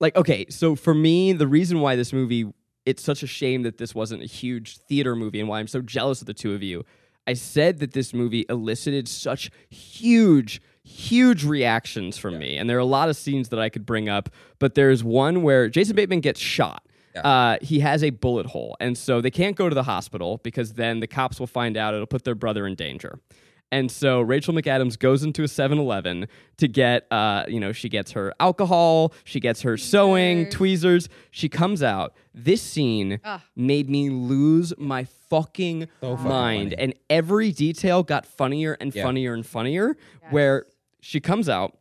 A: like okay, so for me, the reason why this movie, it's such a shame that this wasn't a huge theater movie, and why I'm so jealous of the two of you. I said that this movie elicited such huge, huge reactions from me, and there are a lot of scenes that I could bring up, but there's one where Jason Bateman gets shot. Uh, he has a bullet hole, and so they can't go to the hospital because then the cops will find out. It'll put their brother in danger. And so Rachel McAdams goes into a 7-Eleven to get, uh, you know, she gets her alcohol, she gets her sewing, tweezers. She comes out. This scene made me lose my fucking mind. And every detail got funnier and funnier and funnier, where she comes out.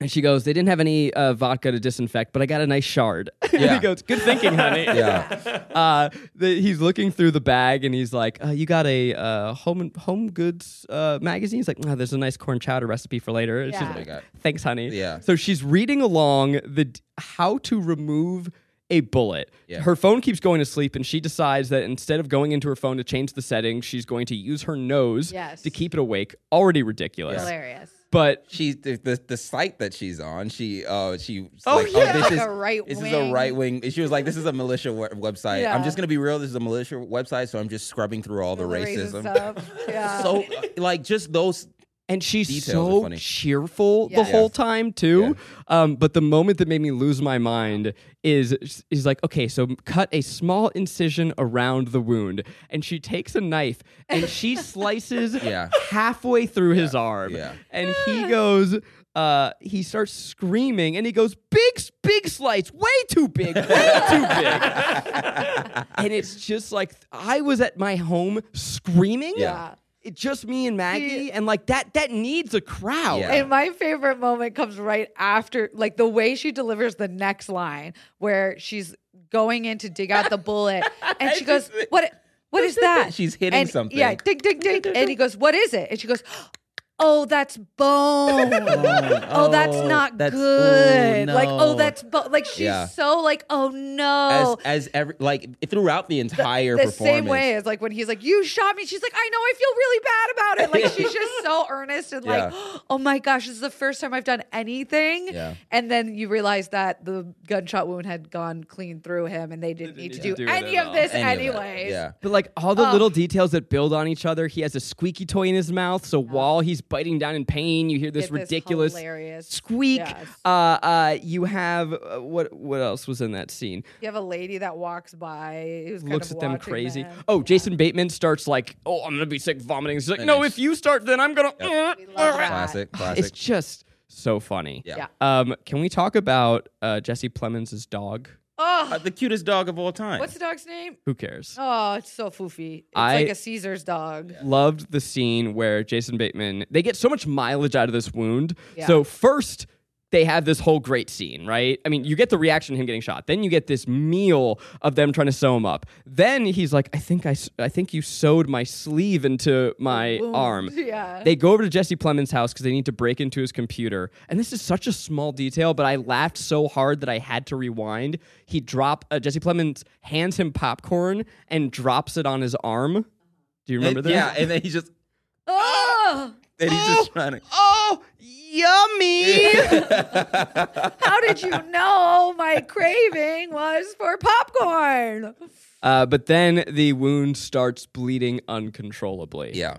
A: And she goes, they didn't have any uh, vodka to disinfect, but I got a nice shard. and he
D: Yeah.
A: goes, good thinking, honey.
D: Yeah.
A: Uh, the, he's looking through the bag and he's like, uh, you got a uh, home home goods uh, magazine? He's like, oh, there's a nice corn chowder recipe for later. She's
B: Yeah.
A: like,
D: God.
A: Thanks, honey.
D: Yeah.
A: So she's reading along the d- how to remove a bullet.
D: Yeah.
A: Her phone keeps going to sleep, and she decides that instead of going into her phone to change the settings, she's going to use her nose
B: Yes.
A: to keep it awake. Already ridiculous.
B: Hilarious.
A: But
D: She the, the the site that she's on. She uh she
A: Oh,
D: like,
A: yeah.
D: this
B: Like
D: is
B: a right
D: this is
B: wing.
D: a right wing. She was like this is a militia we- website.
B: Yeah.
D: I'm just gonna be real. This is a militia website, so I'm just scrubbing through all the,
B: The
D: racism.
B: stuff. Yeah.
D: so uh, like just those.
A: and she's
D: Details are
A: so
D: funny.
A: cheerful
B: Yeah.
A: the whole time too. Um, but the moment that made me lose my mind is is like, okay, so cut a small incision around the wound, and she takes a knife and she slices
D: Yeah.
A: halfway through his arm,
D: Yeah.
A: and he goes. Uh, he starts screaming and he goes, big, s- big slice, way too big, way too big. and it's just like, I was at my home screaming.
D: Yeah.
A: It just me and Maggie, and like that, that needs a crowd.
D: Yeah.
B: And my favorite moment comes right after, like the way she delivers the next line, where she's going in to dig out the bullet, and she goes, "What? What is that?"
D: She's hitting
B: And-
D: something.
B: Yeah, dig, dig, dig. And he goes, "What is it?" And she goes, "Oh, that's bone. oh, that's
D: Oh,
B: not
D: that's- ooh,
B: good. Like, oh,
D: no."
B: that's bone. Like she's
D: Yeah.
B: so like, oh
D: As,
B: no."
D: as every like throughout the entire
B: the
D: performance,
B: same way as like when he's like, "You shot me." She's like, "I know. I feel really bad about it." Like she's just so earnest and like, "Oh my gosh, this is the first time I've done anything."
D: Yeah.
B: And then you realize that the gunshot wound had gone clean through him, and they didn't need to do,
A: do it
B: any
A: at
B: of
A: all.
B: this
D: Any of it.
B: anyways.
D: yeah.
B: Uh,
A: But like all the little details that build on each other, he has a squeaky toy in his mouth. So while he's biting down in pain. You hear this
B: Uh, Get this
A: ridiculous
B: hilarious-
A: squeak.
B: Yes.
A: Uh, uh, you have uh, what? What else was in that scene?
B: You have a lady that walks by who's kind
A: looks
B: of
A: at them
B: watching
A: crazy.
B: them.
A: Oh, Jason Bateman starts like, "Oh, I'm gonna be sick, vomiting." He's like,
D: And
A: "No,
D: it's-
A: if you start, then I'm gonna." uh."
B: We love that.
D: Classic,
A: It's
D: classic.
A: just so funny.
D: Yeah.
B: Yeah.
A: Um, can we talk about uh, Jesse Plemons' dog?
B: Oh,
D: Uh, the cutest dog of all time.
B: what's the dog's name?
A: Who cares?
B: Oh, it's so foofy. It's
A: I-
B: like a Caesar's dog.
A: Loved the scene where Jason Bateman. They get so much mileage out of this wound.
B: Yeah.
A: So first. They have this whole great scene, right? I mean, you get the reaction of him getting shot. Then you get this meal of them trying to sew him up. Then he's like, "I think I, s- I think you sewed my sleeve into my
B: Wound.
A: arm."
B: Yeah.
A: They go over to Jesse Plemons' house because they need to break into his computer. And this is such a small detail, but I laughed so hard that I had to rewind. He drop uh, Jesse Plemons hands him popcorn and drops it on his arm. Do you
D: And-
A: remember this?
D: Uh, Yeah, and then he's just
B: oh,
D: and he's just trying to.
A: Oh, yummy!
B: how did you know my craving was for popcorn?
A: uh, but then the wound starts bleeding uncontrollably.
D: Yeah,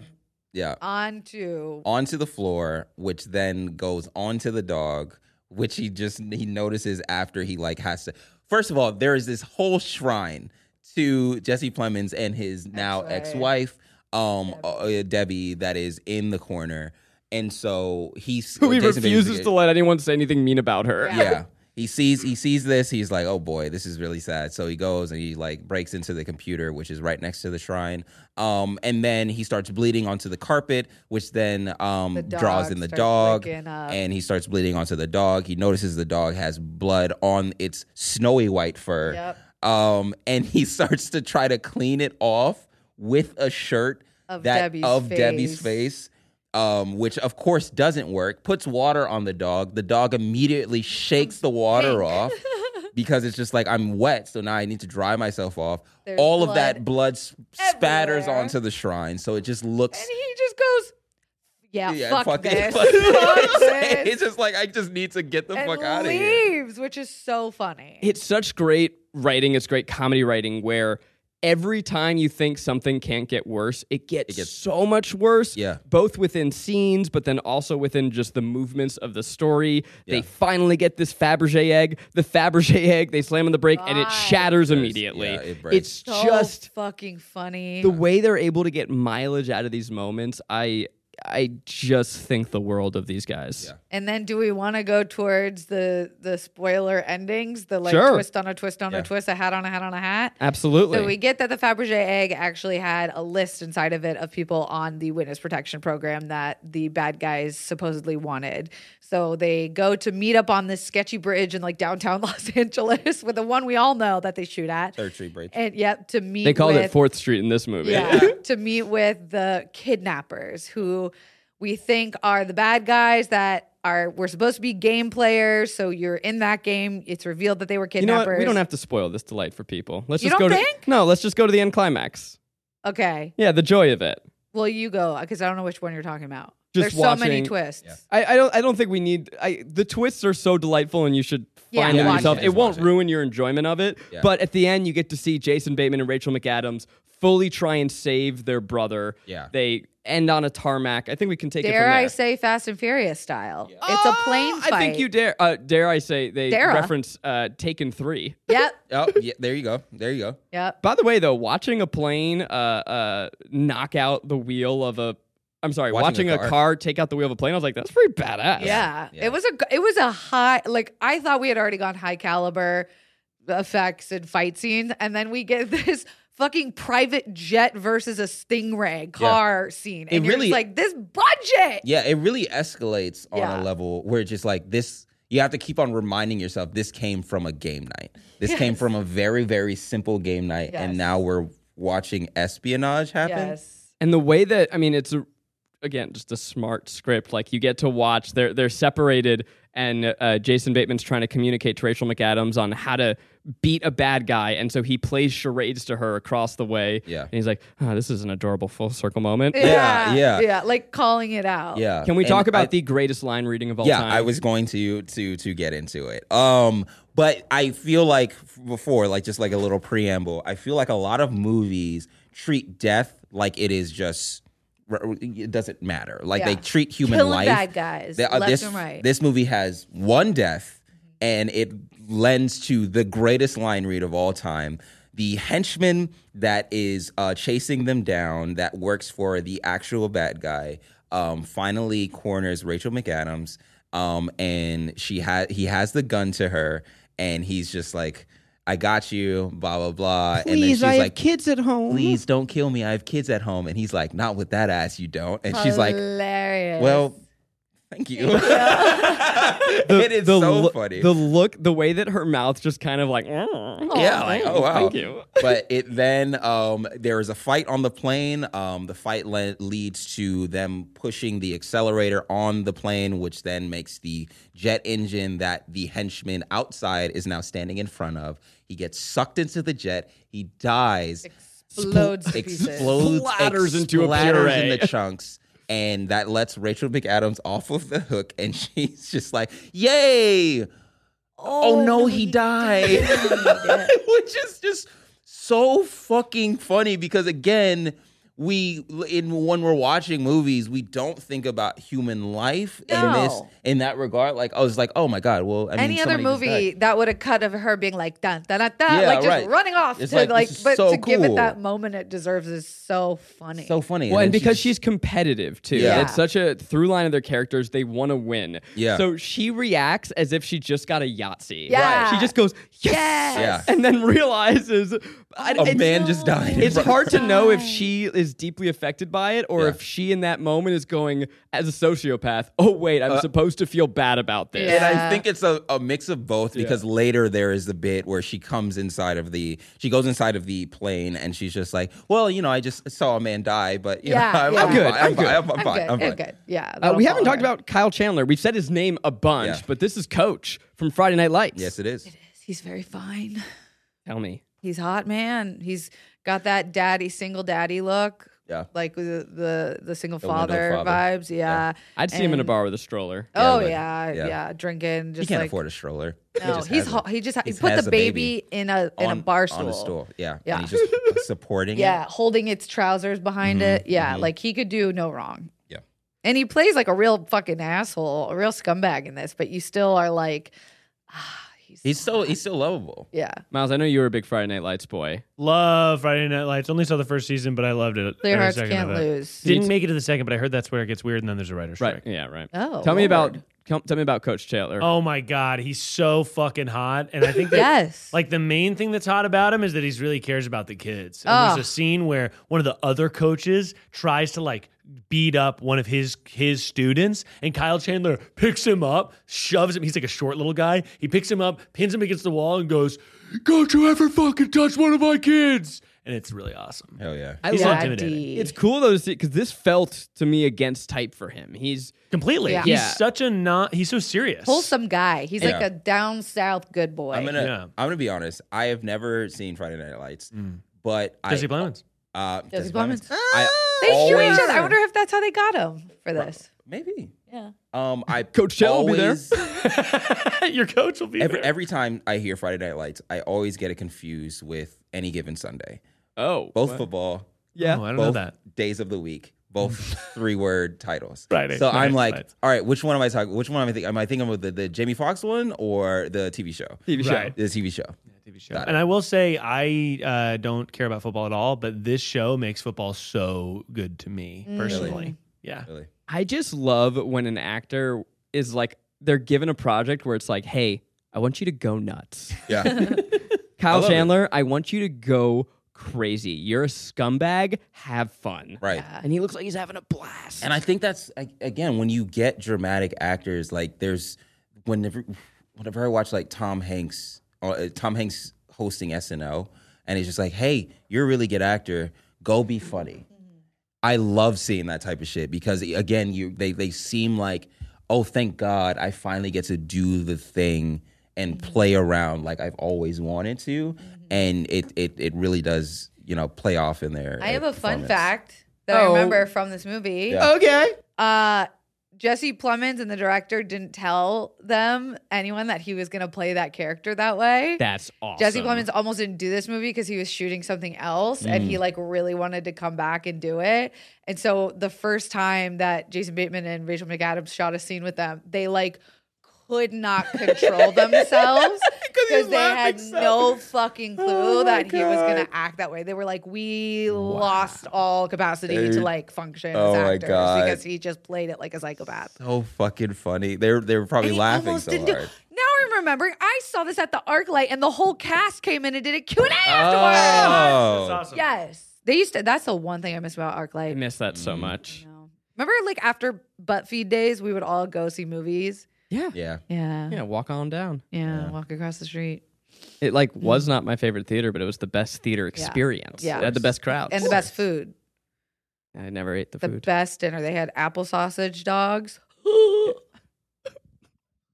D: yeah.
B: On to
D: Onto the floor, which then goes onto the dog, which he just he notices after he like has to. First of all, there is this whole shrine to Jesse Plemons and his now
B: Ex-wife.
D: ex-wife, um, Debbie. Uh, Debbie, that is in the corner, and so he's
A: Who he
D: Jason Bateman's
A: refuses to let anyone say anything mean about her.
B: Yeah.
D: yeah he sees he sees this he's like oh boy this is really sad so he goes and he like breaks into the computer which is right next to the shrine um and then he starts bleeding onto the carpet which then um
B: The dog
D: draws in the
B: starts
D: dog
B: licking up.
D: and he starts bleeding onto the dog he notices the dog has blood on its snowy white fur
B: Yep.
D: um and he starts to try to clean it off with a shirt
B: Of
D: that
B: Debbie's
D: of Debbie's
B: face.
D: face face, um, which of course doesn't work, puts water on the dog. The dog immediately shakes the water off because it's just like, I'm wet, so now I need to dry myself off.
B: There's
D: All of
B: blood
D: that blood s- spatters
B: everywhere.
D: onto the shrine, so it just looks.
B: and he just goes, yeah, fuck,
D: it.
B: this, fuck this,
D: it's just like, I just need to get the
B: and
D: fuck out of here.
B: leaves, which is so funny.
A: it's such great writing. It's great comedy writing where every time you think something can't get worse, it gets,
D: gets-
A: so much worse.
D: Yeah.
A: Both within scenes, but then also within just the movements of the story. They
D: Yeah.
A: finally get this Fabergé egg. The Fabergé egg, they slam on the brake and it
B: Right.
A: shatters
D: It breaks.
A: immediately.
D: Yeah, it breaks.
A: It's
B: so
A: just
B: fucking funny.
A: the way they're able to get mileage out of these moments. I I just think the world of these guys.
D: Yeah.
B: And then do we want to go towards the the spoiler endings, the like
A: Sure.
B: twist on a twist on a
D: Yeah.
B: twist, a hat on a hat on a hat?
A: Absolutely.
B: So we get that the Fabergé egg actually had a list inside of it of people on the witness protection program that the bad guys supposedly wanted. So they go to meet up on this sketchy bridge in like downtown Los Angeles with the one we all know that they shoot at.
D: Third tree break.
B: And yep, to meet
A: they called it
B: with-
A: Fourth Street in this movie.
B: yeah, to meet with the kidnappers who we think are the bad guys that are we're supposed to be game players. So you're in that game. It's revealed that they were
A: You know
B: kidnappers.
A: what? We don't have to spoil this delight for people. Let's
B: You
A: just
B: don't
A: go
B: think?
A: to No, let's just go to the end climax.
B: Okay.
A: Yeah, the joy of it.
B: Well, you go because I don't know which one you're talking about.
A: Just
B: There's so many
A: watching-
B: twists.
A: I, I don't I don't think we need I the twists are so delightful and you should
B: Yeah,
A: find them
B: watch
A: yourself.
D: it.
A: It, won't
D: Watch it.
A: ruin your enjoyment of it.
D: Yeah.
A: But at the end you get to see Jason Bateman and Rachel McAdams fully try and save their brother.
D: Yeah.
A: They end on a tarmac. I think we can take it from
B: Dare
A: there.
B: I say Fast and Furious style? It's a plane
A: Ah,
B: fight.
A: I think you dare uh, dare I say they
B: Dara.
A: reference uh, Taken 3.
B: Yep.
D: Oh, yeah, there you go. There you go.
B: Yep.
A: By the way, though, watching a plane uh, uh, knock out the wheel of a I'm sorry, watching,
D: Watching a
A: a, car.
D: car.
A: take out the wheel of a plane, I was like, that's pretty badass.
B: Yeah.
D: Yeah.
B: It was a g- it was a high like I thought we had already gone high caliber effects and fight scenes and then we get this fucking private jet versus a stingray car scene and
D: It
B: you're
D: really-
B: just like this budget.
D: Yeah, it really escalates on
B: Yeah.
D: a level where it's just like this. You have to keep on reminding yourself this came from a game night. This came from a very, very simple game night,
B: Yes.
D: and now we're watching espionage happen.
B: Yes.
A: And the way that I mean, it's a, again just a smart script. Like you get to watch they're they're separated, and uh, Jason Bateman's trying to communicate to Rachel McAdams on how to beat a bad guy, and so he plays charades to her across the way.
D: Yeah.
A: and he's like, oh, "This is an adorable full circle moment."
D: Yeah,
B: yeah.
D: yeah.
B: Like calling it out.
D: Yeah.
A: Can we
D: And
A: talk about
D: I-
A: the greatest line reading of all
D: yeah,
A: time?
D: I was going to to to get into it. Um, but I feel like f- before, like just like a little preamble, I feel like a lot of movies treat death like it is just r- it doesn't matter. Like
B: Yeah.
D: they treat human
B: Killing
D: life.
B: bad guys,
D: They- uh,
B: left
D: this,
B: and right. Mm-hmm.
D: this movie has one death, and it lends to the greatest line read of all time. The henchman that is uh, chasing them down, that works for the actual bad guy, um, finally corners Rachel McAdams, um, and she ha- he has the gun to her, and he's just like, "I got you," blah blah blah, and then she's like,
A: kids at home.
D: please don't kill me. I have kids at home. And he's like, not with that ass, you don't. And she's like,
B: hilarious.
D: well, thank you. it is so
A: lo-
D: funny.
A: The look, the way that her mouth just kind of like, "Mm."
D: yeah, like, oh, wow.
A: Thank you.
D: but it then, um, there is a fight on the plane. Um, the fight le- leads to them pushing the accelerator on the plane, which then makes the jet engine that the henchman outside is now standing in front of. He gets sucked into the jet. He dies.
B: explodes to pieces.
D: explodes,
A: Splatters into a
D: splatters
A: puree.
D: into chunks, and that lets Rachel McAdams off of the hook, and she's just like, "Yay! Oh, no, he, died," which is just so fucking funny because again. We in when we're watching movies, we don't think about human life in this
B: No.
D: in that regard. Like, I was like, oh my god. Well, I mean,
B: Any other
D: somebody just died.
B: movie that would have cut of her being like dun dun dun, dun
D: Yeah,
B: like just
D: right.
B: running off
D: It's
B: to
D: like,
B: like,
D: this is
B: but
D: so
B: to give it
D: cool.
B: that moment it deserves is so funny.
D: so funny.
A: Well, and
D: then she
A: because
D: just-
A: she's competitive too.
D: Yeah.
A: It's such a through line of their characters. They want to win.
D: Yeah.
A: So she reacts as if she just got a Yahtzee.
B: Yeah. Right.
A: She just goes, yes.
B: Yes.
D: Yeah.
A: And then realizes I-
D: a
A: it's-
D: man just died. in
A: It's
D: front of
A: hard to know if she is deeply affected by it or
D: Yeah.
A: if she in that moment is going as a sociopath, oh wait,
D: Uh,
A: I'm supposed to feel bad about this.
D: And I
B: Yeah.
D: think it's a, a mix of both because later there is the bit where she comes inside of the she goes inside of the plane and she's just like, well, you know, I just saw a man die, but you
B: Yeah,
D: know, I'm,
B: yeah.
D: I'm
B: I'm good,
D: fine, I'm
A: I'm good,
D: fine, I'm
B: I'm
D: fine,
B: good.
D: I'm
B: you're
D: fine.
B: good. Yeah.
A: Uh,
B: that'll
A: we haven't
B: follow
A: talked
B: her.
A: about Kyle Chandler. We've said his name a bunch,
D: Yeah.
A: but this is Coach from Friday Night Lights.
D: Yes, it is.
B: He's very fine.
A: Tell me.
B: He's hot, man. He's got that daddy, single daddy look.
D: Yeah.
B: Like with the the, the single
D: window
B: father,
D: father.
B: vibes. Yeah.
A: I'd see him in a
B: And-
A: bar with a stroller.
B: Oh
D: like,
B: yeah,
D: yeah.
B: yeah, Drinking.
D: He
B: Just
D: can't
B: like,
D: afford a stroller.
B: No,
D: just
B: he's
D: has
B: ho-
D: it.
B: he just ha- he
D: Just
B: put
D: has
B: the
D: a
B: baby,
D: baby
B: in a in
D: on,
B: a bar
D: on a stool. Yeah,
B: Yeah.
D: And he's just supporting
B: Yeah,
D: it.
B: holding its trousers behind it. Yeah, like he could do no wrong.
D: Yeah.
B: And he plays like a real fucking asshole, a real scumbag in this, but you still are like, ah, he's,
D: He's so he's so lovable.
B: yeah.
A: Miles, I know you were a big Friday Night Lights boy.
C: Love Friday Night Lights. Only saw the first season, but I loved it.
B: Clear
C: every
B: hearts
C: second of
B: can't
C: it.
B: lose.
C: Didn't make it to the second, but I heard that's where it gets weird, and then there's a writer's
A: Right.
C: strike.
A: Yeah, right.
B: Oh,
A: tell me about
B: Lord.
A: com- tell me about Coach Taylor.
C: Oh my god, he's so fucking hot, and I think that
B: yes.
C: Like the main thing that's hot about him is that he's really cares about the kids. And
B: Ugh.
C: There's a scene where one of the other coaches tries to like beat up one of his his students, and Kyle Chandler picks him up, shoves him. He's like a short little guy. He picks him up, pins him against the wall, and goes, "Don't you ever fucking touch one of my kids!" And it's really awesome.
D: Hell yeah.
A: I
C: He's
A: love
C: not
A: it.
C: intimidating.
A: It's cool though to see because this felt to me against type for him. He's
C: Completely.
B: Yeah.
C: He's
A: Yeah.
C: such a not. He's so serious.
B: wholesome guy. He's like
D: Yeah.
B: a down south good boy.
D: I'm gonna
C: Yeah.
D: I'm gonna be honest. I have never seen Friday Night Lights, but
C: Jesse
D: I,
C: Plemons.
D: Uh,
B: Jesse
D: Jesse
B: Plemons.
D: Plemons. I
B: they shoot
D: always-
B: each other. I wonder if that's how they got him for this.
D: Maybe.
B: Yeah.
D: Um, I
A: Coach Shell will be there.
D: always-
C: Your coach will be
D: every
C: there.
D: every time I hear Friday Night Lights, I always get it confused with any given Sunday.
A: oh
D: Both
A: what?
D: football,
A: yeah.
C: Oh, I don't know
D: both
C: that.
D: days of the week, both three word titles.
C: Friday
D: So I'm
C: Night
D: like,
C: Lights.
D: all right, which one am I talking? Which one am I thinking? Am I thinking of the, the Jamie Foxx one or the TV show?
A: TV show.
C: Right.
D: The TV show.
C: TV show.
D: Got it.
C: And I will say, I uh, don't care about football at all, but this show makes football so good to me personally. Yeah.
D: Really.
A: I just love when an actor is like they're given a project where it's like, hey, I want you to go nuts.
D: Yeah.
A: Kyle
D: love it.
A: Chandler, I want you to go crazy. You're a scumbag. Have fun.
D: right.
A: And he looks like he's having a blast.
D: And I think that's like, again when you get dramatic actors like there's whenever whenever I watch like Tom Hanks uh, Tom Hanks hosting SNL and he's just like, "Hey, you're a really good actor. Go be funny." I love seeing that type of shit because e, again, you they they seem like, "Oh, thank God, I finally get to do the thing and play around like I've always wanted to." And it it it really does, you know, play off in uh, there.
B: I have a fun fact that I
A: Oh.
B: remember from this movie.
D: Yeah.
A: okay.
B: Uh, Jesse Plemons and the director didn't tell them anyone that he was going to play that character that way.
A: That's awesome.
B: Jesse Plemons almost didn't do this movie because he was shooting something else and
D: Mm.
B: he like really wanted to come back and do it. And so the first time that Jason Bateman and Rachel McAdams shot a scene with them, they like could not control themselves
D: he was
B: because they had
D: laughing so-
B: no fucking clue
D: Oh my
B: that he was
D: God.
B: going to act that way. They were like, we lost all capacity to
D: Dude.
B: like function as
D: Oh my
B: actors
D: God.
B: because he just played it like a psychopath.
D: So fucking funny. They're they're probably
B: And he
D: laughing
B: almost
D: so
B: didn't do-
D: hard.
B: now I'm remembering. I saw this at the ArcLight, and the whole cast came in and did a Q and A afterwards.
D: Oh,
C: That's awesome.
B: Yes, they used to. That's the one thing I miss about
A: I
B: ArcLight.
A: miss that so
D: Mm.
A: much.
B: You know. Remember, like after ButtFeed days, we would all go see movies.
A: Yeah.
D: yeah.
B: Yeah, yeah,
A: Yeah, walk on down.
D: Yeah.
B: walk across the street,
A: It like was not my favorite theater, but it was the best theater experience.
B: Mm. Yeah.
A: It had the best crowds.
B: and the best food,
A: I never ate the
B: the
A: food.
B: best dinner. They had apple sausage dogs.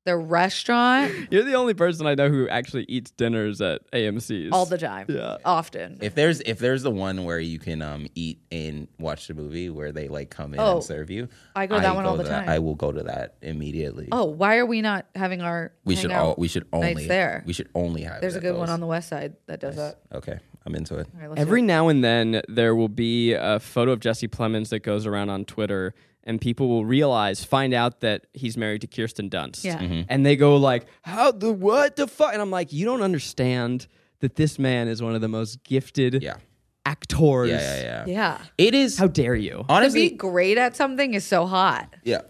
B: the restaurant
A: You're the only person I know who actually eats dinners at AMC's.
B: all the time,
A: Yeah.
B: often.
D: If there's if there's the one where you can um eat and watch the movie where they like come in
B: Oh.
D: and serve you,
B: I go to that one all
D: to
B: the time.
D: I will go to that immediately.
B: oh, why are we not having our?
D: we should
B: hangout?
D: all we should only
B: there.
D: we should only have.
B: There's
D: it
B: a
D: at
B: good one
D: those.
B: on the west side that does that.
D: Okay, I'm into it.
B: All right, let's
A: Every
B: do it.
A: now and then, there will be a photo of Jesse Plemons that goes around on Twitter, and people will realize, find out that he's married to Kirsten Dunst.
B: Yeah.
D: Mm-hmm.
A: And they go like, "How the what the fuck?" And I'm like, "You don't understand that this man is one of the most gifted
D: Yeah,
A: actors.
D: yeah, yeah. Oh, yeah.
B: yeah.
D: It is
A: How dare you?"
B: To be
D: honestly
B: great at something is so hot.
D: Yeah.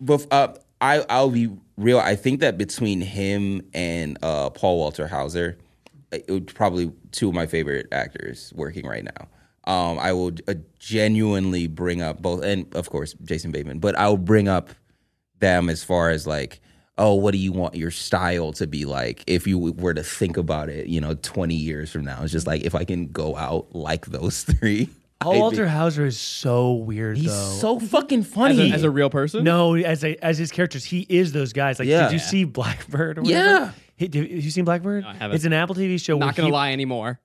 D: But uh, I I'll be real. I think that between him and uh, Paul Walter Hauser, it would probably two of my favorite actors working right now. Um, I will uh, genuinely bring up both, and of course Jason Bateman. But I'll bring up them as far as like, oh, what do you want your style to be like if you were to think about it? You know, twenty years from now, it's just like if I can go out like those three. I'd
C: Paul
D: be-
C: Walter Hauser is so weird.
D: he's
C: though.
D: so fucking
A: As
D: funny
A: a, as a real person?
C: No, as a, as his characters, he is those guys. Like,
D: Yeah.
C: did you see Blackbird? Or
D: Yeah.
C: whatever? Hey, did- have you seen Blackbird?
A: I haven't.
C: It's an Apple TV show. where
A: Not gonna
C: he,
A: lie anymore.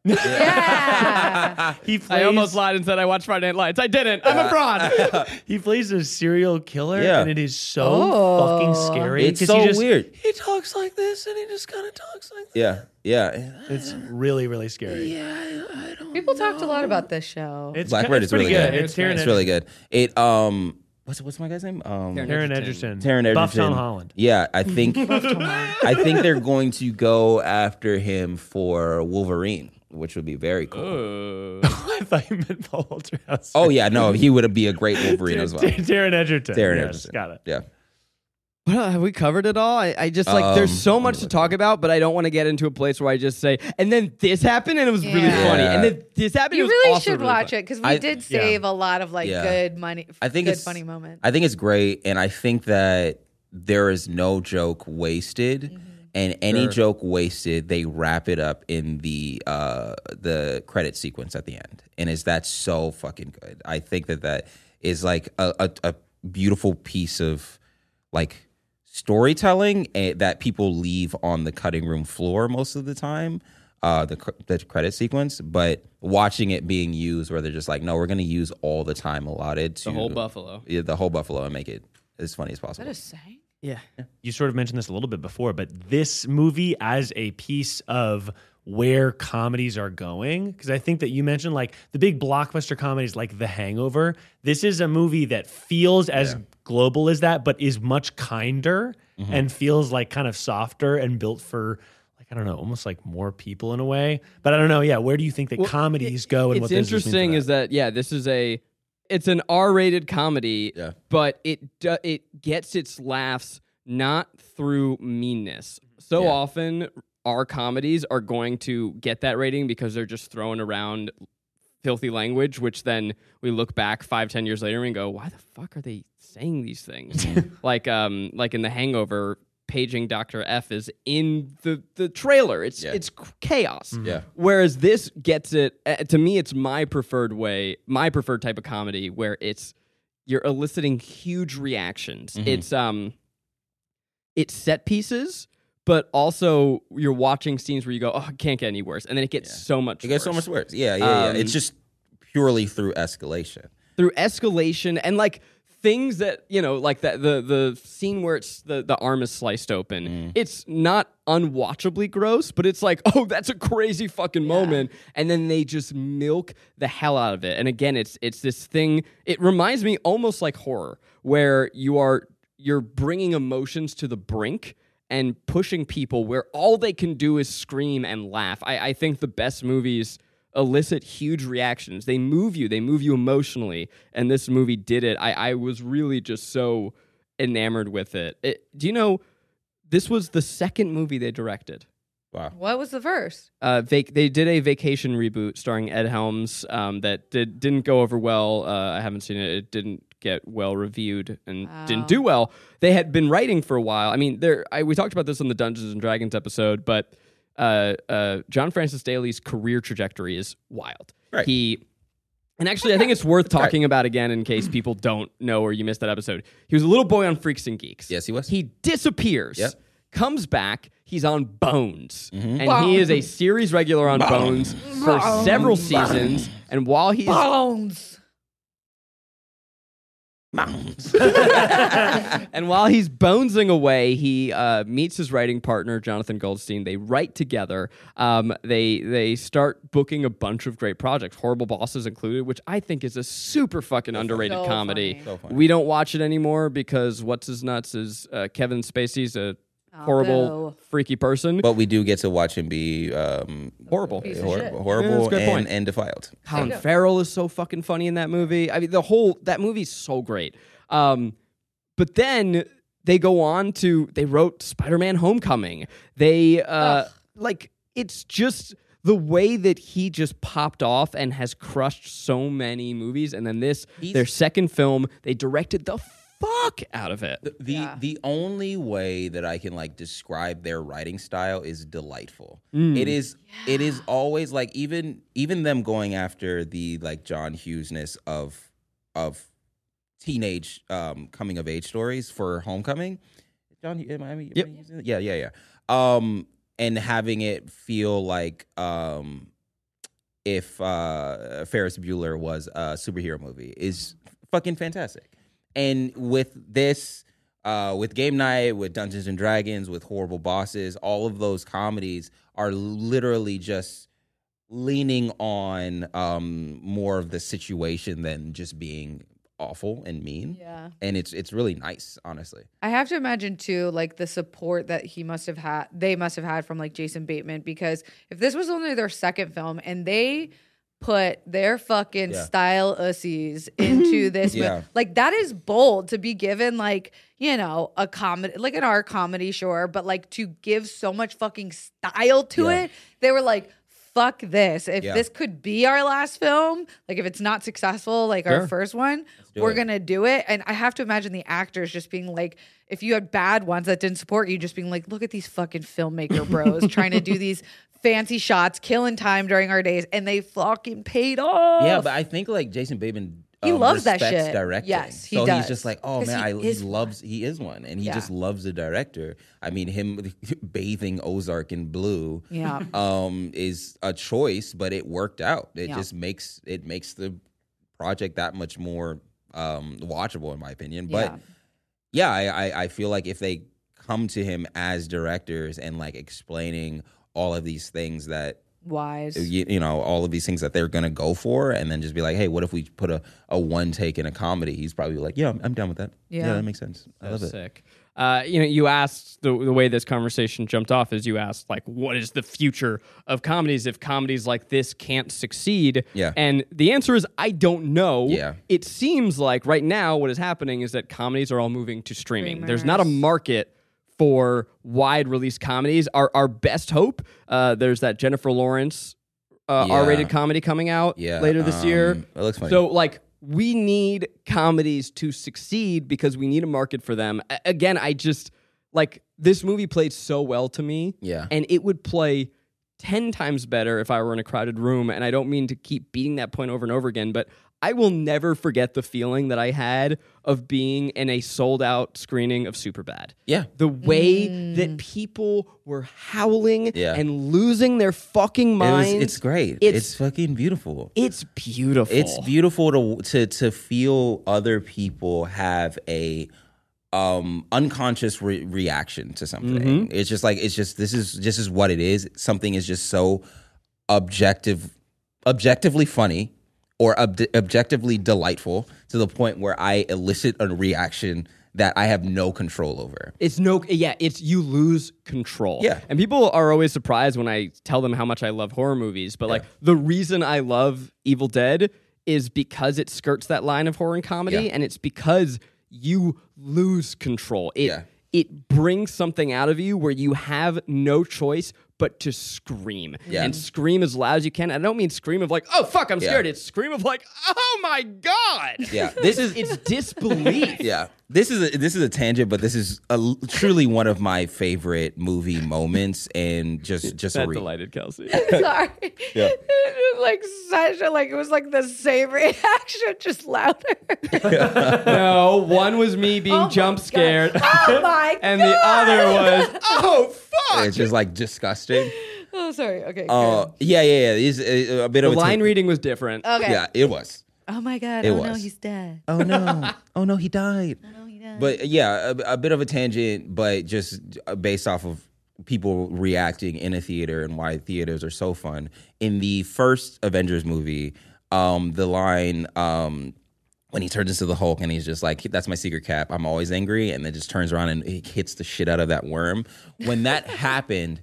B: Yeah.
C: He plays,
A: I almost lied and said I watched Friday Night Lights. I didn't. I'm a fraud.
C: He plays a serial killer,
D: Yeah.
C: and it is so
B: Oh.
C: fucking scary.
D: It's
C: 'cause he
D: so
C: just-
D: weird.
C: He talks like this, and he just kind of talks like that.
D: Yeah, yeah.
C: It's really, really scary.
D: Oh,
B: People talked a lot about this show.
C: It's
D: Black
C: ki-
D: Bird
C: it's
D: is really
C: pretty
D: good.
C: It's Taron
D: It's
C: Edgerton.
D: really good. It um, what's what's my guy's name? Um,
A: Taron Edgerton.
C: Taron Edgerton.
D: Taron Edgerton.
C: Buff Tom Holland.
D: Yeah, I think I think they're going to go after him for Wolverine, which would be very cool.
C: I thought you meant Paul Walter Hauser.
D: Oh yeah, no, he would be a great Wolverine as well. Taron
C: Taron Edgerton. yes,
D: Edgerton.
C: Got it.
D: Yeah.
A: Well, have we covered it all? I, I just like there's
D: Um,
A: so much to talk about, but I don't want to get into a place where I just say, and then this happened and it was really
B: Yeah.
A: funny,
D: Yeah.
A: and then this happened.
B: you
A: it was
B: really
A: also
B: should
A: really
B: watch
A: funny.
B: it because we
D: I-
B: did save a lot of like
D: Yeah.
B: good money.
D: I think
B: good
D: it's-
B: funny moments.
D: I think it's great, and I think that there is no joke wasted, and any
A: Sure.
D: joke wasted, they wrap it up in the uh, the credit sequence at the end, and is that so fucking good? I think that that is like a, a, a beautiful piece of like storytelling eh, that people leave on the cutting room floor most of the time. Uh, the cr- the credit sequence, but watching it being used, where they're just like, no, we're gonna use all the time allotted to
A: The whole Buffalo.
D: yeah, the whole buffalo and make it as funny as possible.
B: What is saying?
A: Yeah.
C: you sort of mentioned this a little bit before, but this movie as a piece of where comedies are going, because I think that you mentioned like the big blockbuster comedies like The Hangover. This is a movie that feels as global as that, but is much kinder
D: Mm-hmm.
C: and feels like kind of softer and built for. like I don't know, almost like more people in a way, but I don't know. Yeah, where do you think that comedies go? And
A: It's
C: what this means for
A: interesting
C: that?
A: is that yeah, this is a it's an R-rated comedy,
D: Yeah.
A: but it do, it gets its laughs not through meanness. So
D: Yeah.
A: often our comedies are going to get that rating because they're just throwing around filthy language, which then we look back five, ten years later and go, why the fuck are they saying these things? like um like in The Hangover. Paging Doctor F is in the the trailer. It's
D: Yeah.
A: it's chaos.
D: Yeah.
A: Whereas this gets it uh, to me, it's my preferred way, my preferred type of comedy where it's you're eliciting huge reactions.
D: Mm-hmm.
A: It's um, it's set pieces, but also you're watching scenes where you go, oh, it can't get any worse, and then it gets so much.
D: It gets so
A: worse
D: much worse. Yeah, yeah, yeah.
A: Um,
D: it's just purely through escalation.
A: through escalation and like things that you know, like that the the scene where it's the the arm is sliced open.
D: Mm.
A: It's not unwatchably gross, but it's like, oh, that's a crazy fucking moment, and then they just milk the hell out of it. And again, it's it's this thing. It reminds me almost like horror, where you are you're bringing emotions to the brink and pushing people where all they can do is scream and laugh. I, I think the best movies elicit huge reactions. They move you, they move you emotionally. And this movie did it. I, I was really just so enamored with it. it. Do you know, this was the second movie they directed.
D: Wow.
B: What was the first?
A: Uh, vac- they did a vacation reboot starring Ed Helms um, that did, didn't go over well. Uh, I haven't seen it. It didn't get well reviewed and didn't do well. They had been writing for a while. I mean, there I, we talked about this on the Dungeons and Dragons episode, but uh, uh, John Francis Daly's career trajectory is wild.
D: Right.
A: He and actually, I think it's worth talking about again in case people don't know or you missed that episode. He was a little boy on Freaks and Geeks.
D: Yes, he was.
A: He disappears,
D: Yep. Mm-hmm.
A: comes back. He's on Bones, and he is a series regular on Bones, for several seasons. And while he's
B: Bones.
A: and while he's bonesing away, he uh, meets his writing partner Jonathan Goldstein. They write together. Um, they they start booking a bunch of great projects, horrible bosses included, which I think is a super fucking underrated
B: So
A: comedy.
B: funny.
D: So funny.
A: We don't watch it anymore because what's his nuts is uh, Kevin Spacey's a
B: Oh,
A: horrible,
B: boo.
A: freaky person.
D: But we do get to watch him be um,
A: horrible.
B: Piece of
D: hor-
B: shit.
A: Yeah, that's
D: horrible
A: a good point.
D: and, and defiled.
A: Colin Farrell is so fucking funny in that movie. I mean, the whole that movie's so great. Um, but then they go on to they wrote Spider-Man: Homecoming. They uh, like it's just the way that he just popped off and has crushed so many movies. And then this their second film, they directed the fuck out of it.
D: The the only way that I can like describe their writing style is delightful.
A: Mm. Hmm.
D: It is it is always like even even them going after the like John Hughesness of of teenage um, coming of age stories for Homecoming. John, am I, am I
A: Yep.
D: using it? Yeah, yeah, yeah. Um, and having it feel like um, if uh, Ferris Bueller was a superhero movie is fucking fantastic. And with this, uh, with Game Night, with Dungeons and Dragons, with Horrible Bosses, all of those comedies are literally just leaning on um, more of the situation than just being awful and mean.
B: Yeah.
D: And it's it's really nice, honestly.
B: I have to imagine too, like the support that he must have had, they must have had from like Jason Bateman, because if this was only their second film and they put their fucking
D: Yeah.
B: style ussies into this,
D: Yeah.
B: movie, like that is bold to be given, like you know, a comedy, like an art comedy, sure, but like to give so much fucking style to
D: Yeah.
B: it, they were like. Fuck this. If
D: Yeah.
B: this could be our last film, like if it's not successful, like our
A: Sure.
B: first one,
D: do
B: we're
D: it.
B: gonna do it. And I have to imagine the actors just being like, if you had bad ones that didn't support you, just being like, look at these fucking filmmaker bros trying to do these fancy shots, killing time during our days, and they fucking paid off.
D: Yeah, but I think like Jason Bateman.
B: He
D: um,
B: loves that
D: respects
B: shit.
D: Directing.
B: Yes, he
D: so
B: does.
D: he's just like, oh
B: 'Cause
D: man,
B: he
D: I, he
B: is one.
D: loves. He is one, and he
B: Yeah.
D: just loves the director. I mean, him bathing Ozark in blue,
B: Yeah.
D: um, is a choice, but it worked out. It
B: Yeah.
D: just makes it makes the project that much more um watchable, in my opinion. But
B: Yeah.
D: yeah, I, I I feel like if they come to him as directors and like explaining all of these things that
B: wise.
D: you, you know all of these things that they're gonna go for and then just be like hey what if we put a, a one take in a comedy he's probably like yeah i'm, I'm down with that yeah.
B: Yeah.
D: that makes sense i love it
A: Sick. Uh, you know, you asked the, the way this conversation jumped off is you asked like, what is the future of comedies if comedies like this can't succeed?
D: Yeah.
A: And the answer is I don't know.
D: Yeah.
A: It seems like right now what is happening is that comedies are all moving to streaming. There's not a
B: Streamers.
A: market for wide release comedies. Our our best hope. Uh, there's that Jennifer Lawrence uh,
D: Yeah.
A: R-rated comedy coming out
D: Yeah,
A: later this year.
D: um, it looks funny.
A: So like we need comedies to succeed because we need a market for them. A- again, I just like this movie played so well to me.
D: Yeah.
A: And it would play 10 times better if I were in a crowded room and I don't mean to keep beating that point over and over again, but I will never forget the feeling that I had of being in a sold out screening of Superbad.
D: Yeah.
A: The way that people were howling
D: Yeah.
A: and losing their fucking
D: It was-
A: minds.
D: it's great.
A: It's-
D: It's, fucking beautiful.
A: It's beautiful.
D: It's beautiful to to to feel other people have a um unconscious re- reaction to something. It's just like it's just this is this is what it is. Something is just so objective objectively funny or ob- objectively delightful to the point where I elicit a reaction that I have no control over.
A: It's no, yeah, it's you lose control.
D: Yeah.
A: And people are always surprised when I tell them how much I love horror movies, but like the reason I love Evil Dead is because it skirts that line of horror and comedy,
D: Yeah.
A: and it's because you lose control. It,
D: Yeah.
A: it brings something out of you where you have no choice but to scream
D: Yeah.
A: and scream as loud as you can. I don't mean scream of like, oh fuck, I'm
D: Yeah.
A: scared. It's scream of like, oh my god.
D: Yeah. This is
A: It's disbelief.
D: yeah this is a, this is a tangent but this is a, truly one of my favorite movie moments and just just a
A: That
D: re-
A: delighted Kelsey.
B: Sorry.
D: Yeah.
B: It was like such a like it was like the same reaction, just louder.
A: No, one was me being
B: Oh my
A: jump
B: God.
A: scared,
B: Oh my
A: and
B: god.
A: the other was oh fuck.
D: it's just like disgusting
B: Oh sorry. Okay.
D: uh yeah yeah yeah it's uh, a, a bit
A: The
D: of a
A: line
D: ta-
A: reading was different.
B: good. Okay.
D: yeah it was
B: Oh my god.
D: It
B: oh no,
D: was.
B: he's dead.
D: oh no oh no he died
B: Oh, he died.
D: but uh, yeah a, a bit of a tangent but just uh, based off of people reacting in a theater and why theaters are so fun in the first avengers movie um the line um when he turns into the Hulk and he's just like, "That's my secret cap. I'm always angry," and then just turns around and he hits the shit out of that worm. When that happened,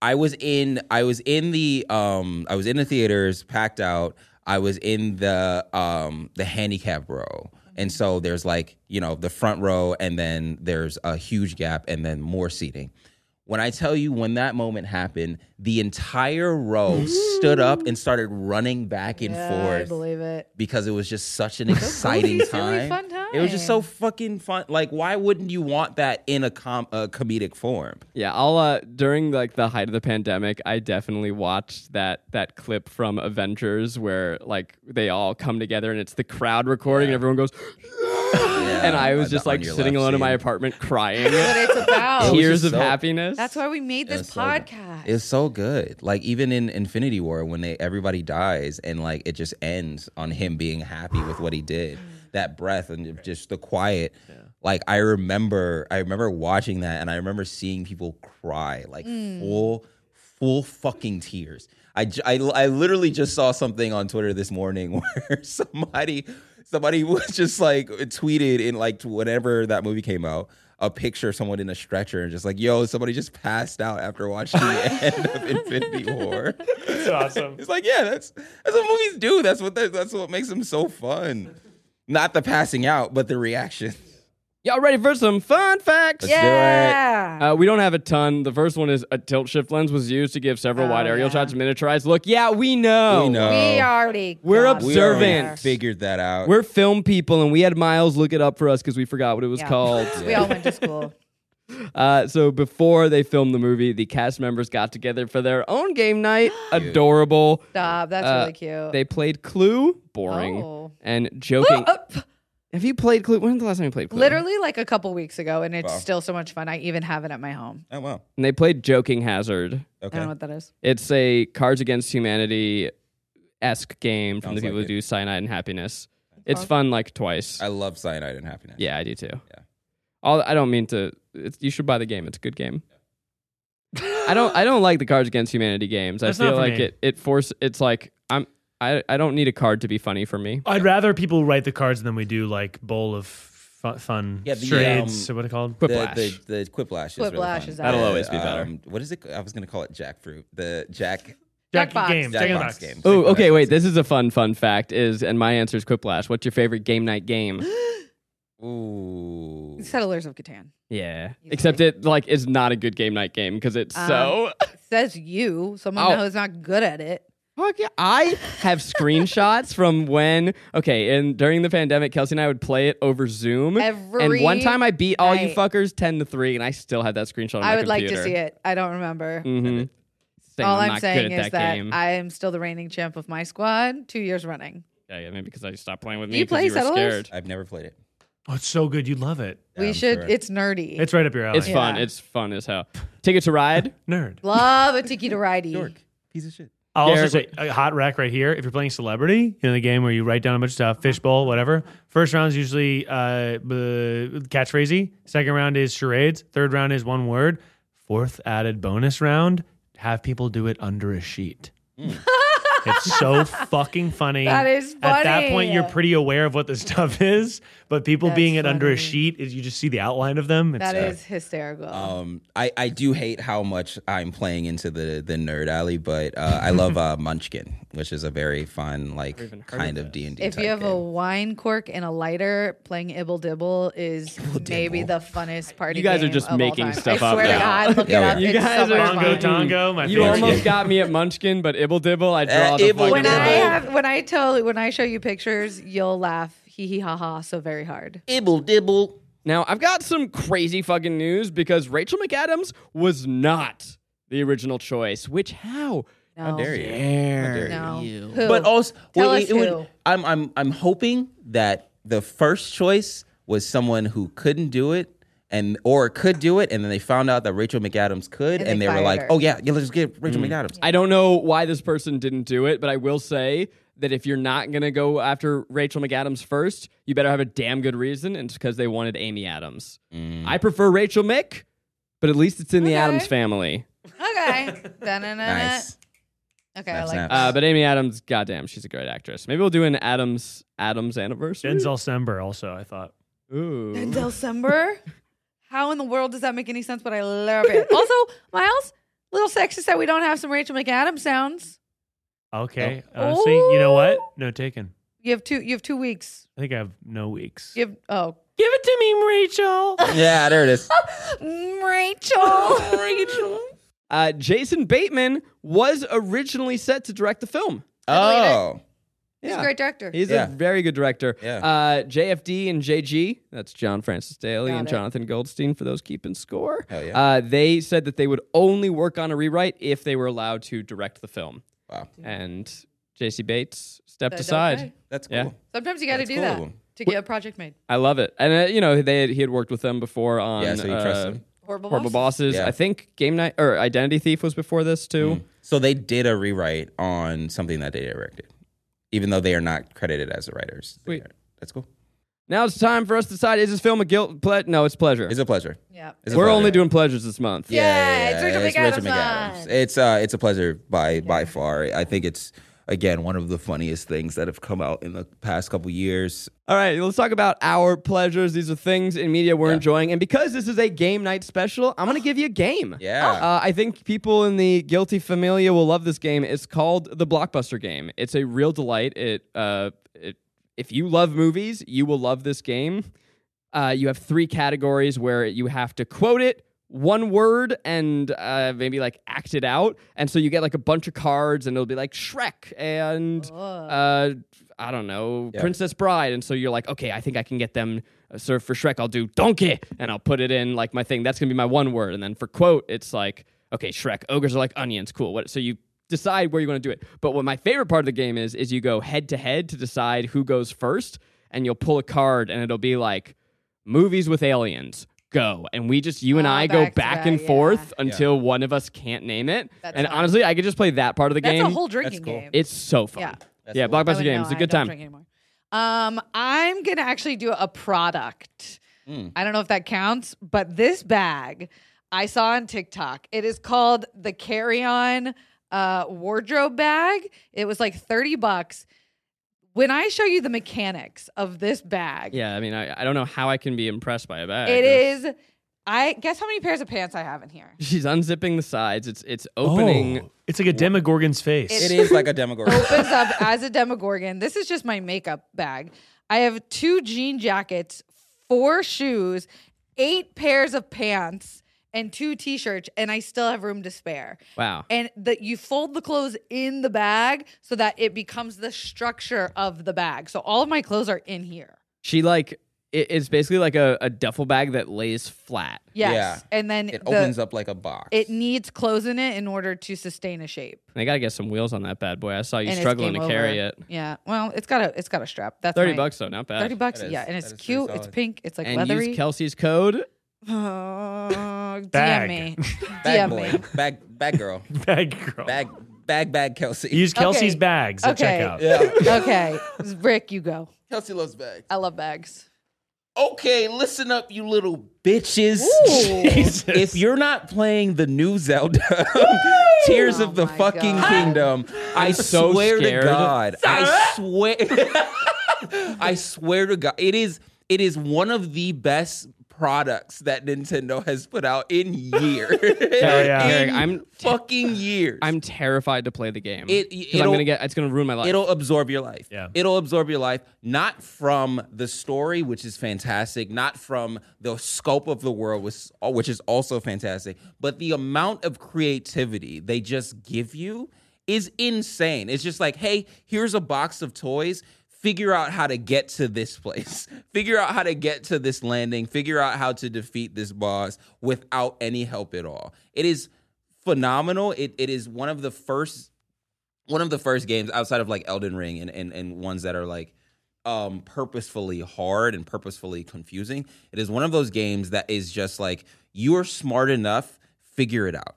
D: I was in I was in the um I was in the theaters packed out. I was in the um the handicap row. And so there's like, you know, the front row and then there's a huge gap and then more seating. When I tell you when that moment happened, the entire row stood up and started running back and
B: yeah, I
D: forth
B: believe it.
D: because it was just such an exciting
B: movies
D: time.
B: really fun
D: It was just
B: time.
D: so fucking fun. Like, why wouldn't you want that in a com- a comedic form?
A: Yeah, I'll uh, during like the height of the pandemic, I definitely watched that that clip from Avengers where like they all come together and it's the crowd recording and everyone goes, and I was
D: the
A: just like
D: on your
A: sitting
D: left
A: alone in my
D: scene.
A: apartment crying,
B: What it's about.
D: Here-
A: tears
D: just
A: of
D: so-
A: happiness.
B: That's why we made this
D: It's so good.
B: podcast.
D: It's so good. Like even in Infinity War, when they everybody dies and like it just ends on him being happy with what he did. That breath and just the quiet. Like I remember, I remember watching that and I remember seeing people cry like full, full fucking tears. I, j- I, I literally just saw something on Twitter this morning where somebody somebody was just like tweeted in like whenever that movie came out a picture of someone in a stretcher and just like yo somebody just passed out after watching the end of Infinity War.
C: It's awesome.
D: It's like yeah that's that's what movies do. That's what that's what makes them so fun. Not the passing out, but the reaction.
A: Y'all ready for some fun facts?
D: do it.
B: yeah.
A: Uh, we don't have a ton. The first one is a tilt shift lens was used to give several
B: Oh,
A: wide aerial
B: yeah.
A: shots a miniaturized look. Yeah, Oh, we know.
D: we know.
B: we already.
A: We're
B: got
D: We already
A: observant.
B: there.
D: figured that out.
A: Uh, We're film people, and we had Miles look it up for us because we forgot what it was
B: Yeah.
A: called.
B: We all went to school.
A: Uh, so before they filmed the movie, the cast members got together for their own game night. Adorable.
B: Stop. That's
A: Uh,
B: really cute.
A: They played Clue. Boring.
B: Oh.
A: And joking.
B: Up.
A: Have you played Clue? When's the last time you played Clue?
B: Literally like a couple weeks ago, and it's
D: Wow.
B: still so much fun. I even have it at my home.
D: oh wow.
A: And they played Joking Hazard.
B: I don't
D: Okay.
B: know what that is.
A: It's a Cards Against Humanity esque game from the
D: Sounds
A: people
D: like
A: who do Cyanide and Happiness. It's fun like twice.
D: I love cyanide and happiness.
A: yeah, I do too. Yeah. All I don't mean to. It's, you should buy the game. It's a good game. I don't. I don't like the Cards Against Humanity games.
C: That's
A: I
C: not
A: feel
C: for
A: like
C: me.
A: it. It force. It's like I'm. I. I don't need a card to be funny for me.
C: I'd rather people write the cards than we do like bowl of fu- fun
D: Yeah, the,
C: charades.
D: um,
C: so what are they called?
A: But
D: The, the, the Quiplash is really
B: Quiplash
D: fun.
B: is That'll
D: The,
A: always be better.
D: um, what is it? I was going to call it jackfruit. The jack
B: Jackbox.
C: game.
D: Jackbox
C: Jack in the box.
D: game.
A: Oh, okay. Wait, this is a fun fun fact. Is and my answer is Quiplash. What's your favorite game night game?
D: Ooh.
B: Settlers of Catan.
A: yeah. Except it like is not a good game night game because
C: Uh,
A: it's so.
B: Says you, someone
A: Oh.
B: who's not good at it.
A: Fuck yeah. I have screenshots from when, okay, and during the pandemic, Kelsey and I would play it over Zoom. and
B: Every
A: one time I beat all you
B: night.
A: fuckers 10 to 3, and I still have that screenshot on
B: I
A: my
B: would like to
A: computer.
B: see it. I don't remember.
A: Mhm. Saying
B: All I'm,
A: not
B: saying
A: good at
B: is
A: that,
B: that
A: game.
B: I am still the reigning champ of my squad two years running.
A: Yeah, yeah, maybe because I stopped playing with
B: Do
A: me
B: you
A: because
B: play
A: you were
B: Settlers?
A: scared.
D: I've never played it. Um,
C: Oh, it's so good. You'd love it.
B: we
D: I'm
B: should.
D: sure.
B: It's nerdy.
C: It's right up your alley.
A: It's fun.
B: Yeah.
A: It's fun as hell. Ticket to Ride.
C: nerd.
B: Love a tiki to ridey.
D: Dork. Piece of shit.
C: I'll also say
A: Derek-
C: a hot rack right here. If you're playing celebrity, you know the game where you write down a bunch of stuff, fishbowl, whatever. First round is usually uh, b- catchphrasey. Second round is charades. Third round is one word. Fourth added bonus round: have people do it under a sheet. it's so fucking funny.
B: Hmm. That is
C: At that
B: funny.
C: point, you're pretty aware of what the stuff is, but people
B: That's
C: being it under a
B: funny.
C: sheet is you just see the outline of them. It's,
B: That
C: uh,
B: is hysterical.
D: Um, I, I do hate how much I'm playing into the the nerd alley, but uh, I love uh, Munchkin, which is a very fun like kind of D and D.
B: if you have a wine cork and a lighter, playing Ibble Dibble is maybe the funnest party.
A: You guys are
B: game
A: just
B: of all
A: making
B: time.
A: stuff
B: I
A: up
B: swear to
A: now.
B: God, look
D: Yeah,
B: it up.
D: we are.
A: You
B: It's
A: guys
B: so
A: are
B: much
A: fucking-
C: Bongo
B: fun.
C: Tongo, my
A: You
C: favorite.
A: almost got me at Munchkin, but Ibble Dibble, I draw
D: Uh,
A: the
D: Ibble
A: fucking
B: when I
D: Dibble.
B: have, when I tell, when I show you pictures, you'll laugh, hee hee ha ha, so very hard.
D: Ibble dibble.
A: Now, I've got some crazy fucking news because Rachel McAdams was not the original choice, which how?
B: No,
D: How dare you? How dare
B: No.
D: you.
B: Who?
D: But also,
B: Tell
D: well,
B: us
D: it- it would-
B: who.
D: I'm I'm I'm hoping that the first choice was someone who couldn't do it. And or could do it, and then they found out that Rachel McAdams could,
B: And
D: and,
B: they
D: they, were
B: fired
D: like,
B: her.
D: "Oh yeah, yeah, let's get Rachel McAdams."
A: I don't know why this person didn't do it, but I will say that if you're not going to go after Rachel McAdams first, you better have a damn good reason, and it's because they wanted Amy Adams.
D: Mm.
B: Uh,
A: I prefer Rachel Mick, but at least it's in the
B: Okay.
A: Adams family.
B: Okay. Da-na-na-na.
D: Nice.
B: Okay, I
D: Snap,
B: like
D: snap.
B: that.
A: Uh, but Amy Adams, goddamn, she's a great actress. Maybe we'll do an Adams Adams anniversary.
C: Denzel Sember also. I thought.
A: Ooh.
B: Denzel Sember? How in the world does that make any sense? But I love it. also, Miles, little sexist that we don't have some Rachel McAdams sounds.
C: Okay. Honestly, you know what? No taken.
B: You have two. You have two weeks.
C: I think I have no weeks.
B: You have oh,
C: Give it to me, Rachel.
D: Yeah, there it is.
B: Mm, Rachel. Rachel.
A: Uh, Jason Bateman was originally set to direct the film.
D: oh,
B: He's a great director.
A: He's
D: Yeah.
A: a very good director.
D: Yeah.
A: Uh, JFD and JG, that's John Francis Daley
B: Got
A: and
B: it.
A: Jonathan Goldstein for those keeping score.
D: Hell yeah.
A: uh, they said that they would only work on a rewrite if they were allowed to direct the film.
D: wow,
A: And JC Bates stepped
B: Mm. Said
A: aside.
B: okay.
D: that's cool.
A: Yeah.
B: Sometimes you got to
D: That's
B: do
D: cool of
B: that
D: him.
B: to get a project made.
A: I love it. And, uh, you know, they had, he had worked with them before on
D: Yeah, so you trust
A: uh,
D: him.
B: Horrible,
A: Horrible Bosses.
B: Bosses.
D: Yeah.
A: I think Game Night or Identity Thief was before this, too.
D: Mm. So they did a rewrite on something that they directed, even though they are not credited as the writers. They
A: Sweet.
D: are- That's cool.
A: Now it's time for us to decide is this film a guilt? Ple- no, it's pleasure.
D: It's a pleasure.
B: Yeah.
D: It's a
A: We're
D: pleasure.
A: only doing pleasures this month.
B: Yeah, it's Rachel McAdams on.
D: It's uh, it's a pleasure by by far. I think it's again one of the funniest things that have come out in the past couple years.
A: All right, let's talk about our pleasures. These are things in media we're enjoying. And because this is a game night special, I'm going to give you a game.
D: Yeah.
A: Uh, I think people in the guilty familia will love this game. It's called the Blockbuster Game. It's a real delight. It, uh, it If you love movies, you will love this game. Uh, you have three categories where you have to quote it, one word, and uh, maybe like act it out. And so you get like a bunch of cards, and it'll be like Shrek and uh, I don't know, Princess Bride. And so you're like, okay, I think I can get them uh, served for Shrek. I'll do donkey, and I'll put it in like my thing. That's gonna be my one word. And then for quote, it's like, okay, Shrek. Ogres are like onions. Cool. What? So you decide where you want to do it. But what my favorite part of the game is, is you go head to head to decide who goes first, and you'll pull a card, and it'll be like movies with aliens go and we just you and
B: Oh,
A: i go back,
B: back to that,
A: and
B: yeah.
A: forth until one of us can't name it
B: That's
A: and
B: fun.
A: honestly i could just play that part of the
B: That's
A: game
B: a whole drinking
D: cool.
B: game.
A: it's so fun
B: Yeah.
A: yeah,
D: That's cool.
B: I
A: blockbuster
B: wouldn't
A: game
B: know.
A: it's a
B: Oh, I
A: good
B: don't
A: time
B: drink anymore. Um, I'm gonna actually do a product.
A: Hmm.
B: I don't know if that counts, but this bag I saw on TikTok. It is called the Carry On uh, Wardrobe Bag. It was like thirty bucks. When I show you the mechanics of this bag,
A: yeah i mean I, I don't know how i can be impressed by a bag
B: it is. I guess how many pairs of pants I have in here.
A: she's unzipping the sides it's it's opening
D: Oh.
C: Opening. Oh, It's like a Demogorgon's face.
D: It is like a Demogorgon.
B: opens up as a demogorgon. This is just my makeup bag. I have two jean jackets, four shoes, eight pairs of pants, and two t-shirts, and I still have room to spare.
A: wow
B: And that you fold the clothes in the bag so that it becomes the structure of the bag. So all of my clothes are in here.
A: she like it, it's basically like a, a duffel bag that lays flat.
B: Yes. And then
D: It
B: the-
D: opens up like a box.
B: It needs clothes in it in order to sustain a shape.
A: And I gotta get some wheels on that bad boy. I saw you
B: and it's
A: struggling to
B: game
A: carry
B: over.
A: it.
B: Yeah. Well, it's got a it's got a strap. That's
A: Thirty
B: my-
A: bucks though, not bad.
B: Thirty bucks.
D: That is-
B: yeah, and it's
D: that is pretty
B: cute. It's
D: solid.
B: pink. It's like
A: and
B: leathery.
A: use Kelsey's code.
B: Oh, DM
C: Bag.
B: me. DM
D: bag boy,
B: me.
D: bag bag girl,
C: Bag girl.
D: bag bag bag Kelsey.
C: Use Kelsey's
B: Okay.
C: bags at
B: Okay.
C: checkout.
D: yeah,
B: Okay, Rick, you go.
D: Kelsey loves bags.
B: I love bags.
D: Okay, listen up, you little bitches.
C: Jesus.
D: If you're not playing the new Zelda, Tears
B: Oh
D: of the
B: my
D: fucking
B: God.
D: Kingdom, I
A: so
D: swear
A: scared.
D: to God, I swear, I swear to God, it is it is one of the best products that Nintendo has put out in years.
C: yeah.
D: In
A: Derek, I'm-
D: fucking years.
A: I'm terrified to play the game.
D: It-
A: 'Cause I'm
D: it'll-
A: gonna get. It's gonna ruin my life.
D: It'll absorb your life.
C: Yeah.
D: It'll absorb your life, not from the story, which is fantastic, not from the scope of the world, which, which is also fantastic, but the amount of creativity they just give you is insane. It's just like, hey, here's a box of toys. Figure out how to get to this place. Figure out how to get to this landing. Figure out how to defeat this boss without any help at all. It is phenomenal. It, it is one of the first one of the first games outside of like Elden Ring and and, and ones that are like um purposefully hard and purposefully confusing. It is one of those games that is just like you are smart enough, figure it out.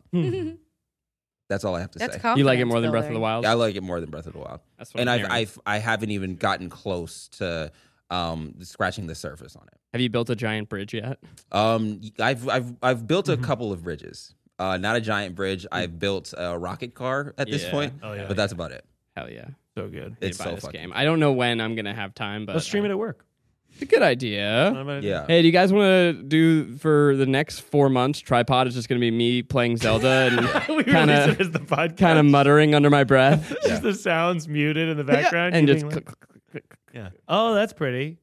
D: That's all I have to
B: That's
D: say.
B: confidence.
A: you like it more than Breath of the
B: building.
A: Wild?
D: I like it more than Breath of the Wild.
A: That's what
D: And
A: I'm
D: I've,
A: hearing.
D: I've I haven't even gotten close to um scratching the surface on it.
A: Have you built a giant bridge yet?
D: Um, I've I've I've built
A: Mm-hmm.
D: a couple of bridges. Uh, not a giant bridge. I've built a rocket car at this
A: Mm. Yeah.
D: point,
C: Oh, yeah.
D: but that's about it.
A: Hell yeah.
C: So good.
A: Need
D: It's
A: to buy
D: so
A: this
D: fucking-
A: game. I don't know when I'm gonna have time, but
C: Let's stream it Uh, at work.
A: It's a good idea.
D: Yeah.
A: Hey, do you guys want to do for the next four months? Tripod is just going to be me playing Zelda
C: we
A: and kind
C: release it
A: of
C: as the podcast.
A: kind of muttering under my breath,
C: It's just the sounds muted in the background.
A: and
C: you
A: just
C: being
A: click,
C: like,
A: click, click, click, click.
C: yeah. Oh, that's pretty.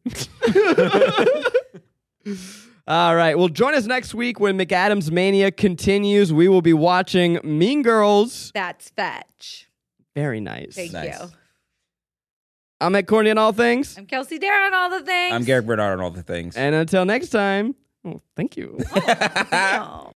A: All right. Well, join us next week when McAdams Mania continues. We will be watching Mean Girls.
B: That's fetch.
A: Very nice.
B: Thank
D: Nice.
B: you.
A: I'm at Corny on all things,
B: I'm Kelsey Darren on all the things.
D: I'm Garrick Bernard on all the things.
A: and until next time, well, thank you.
B: Oh.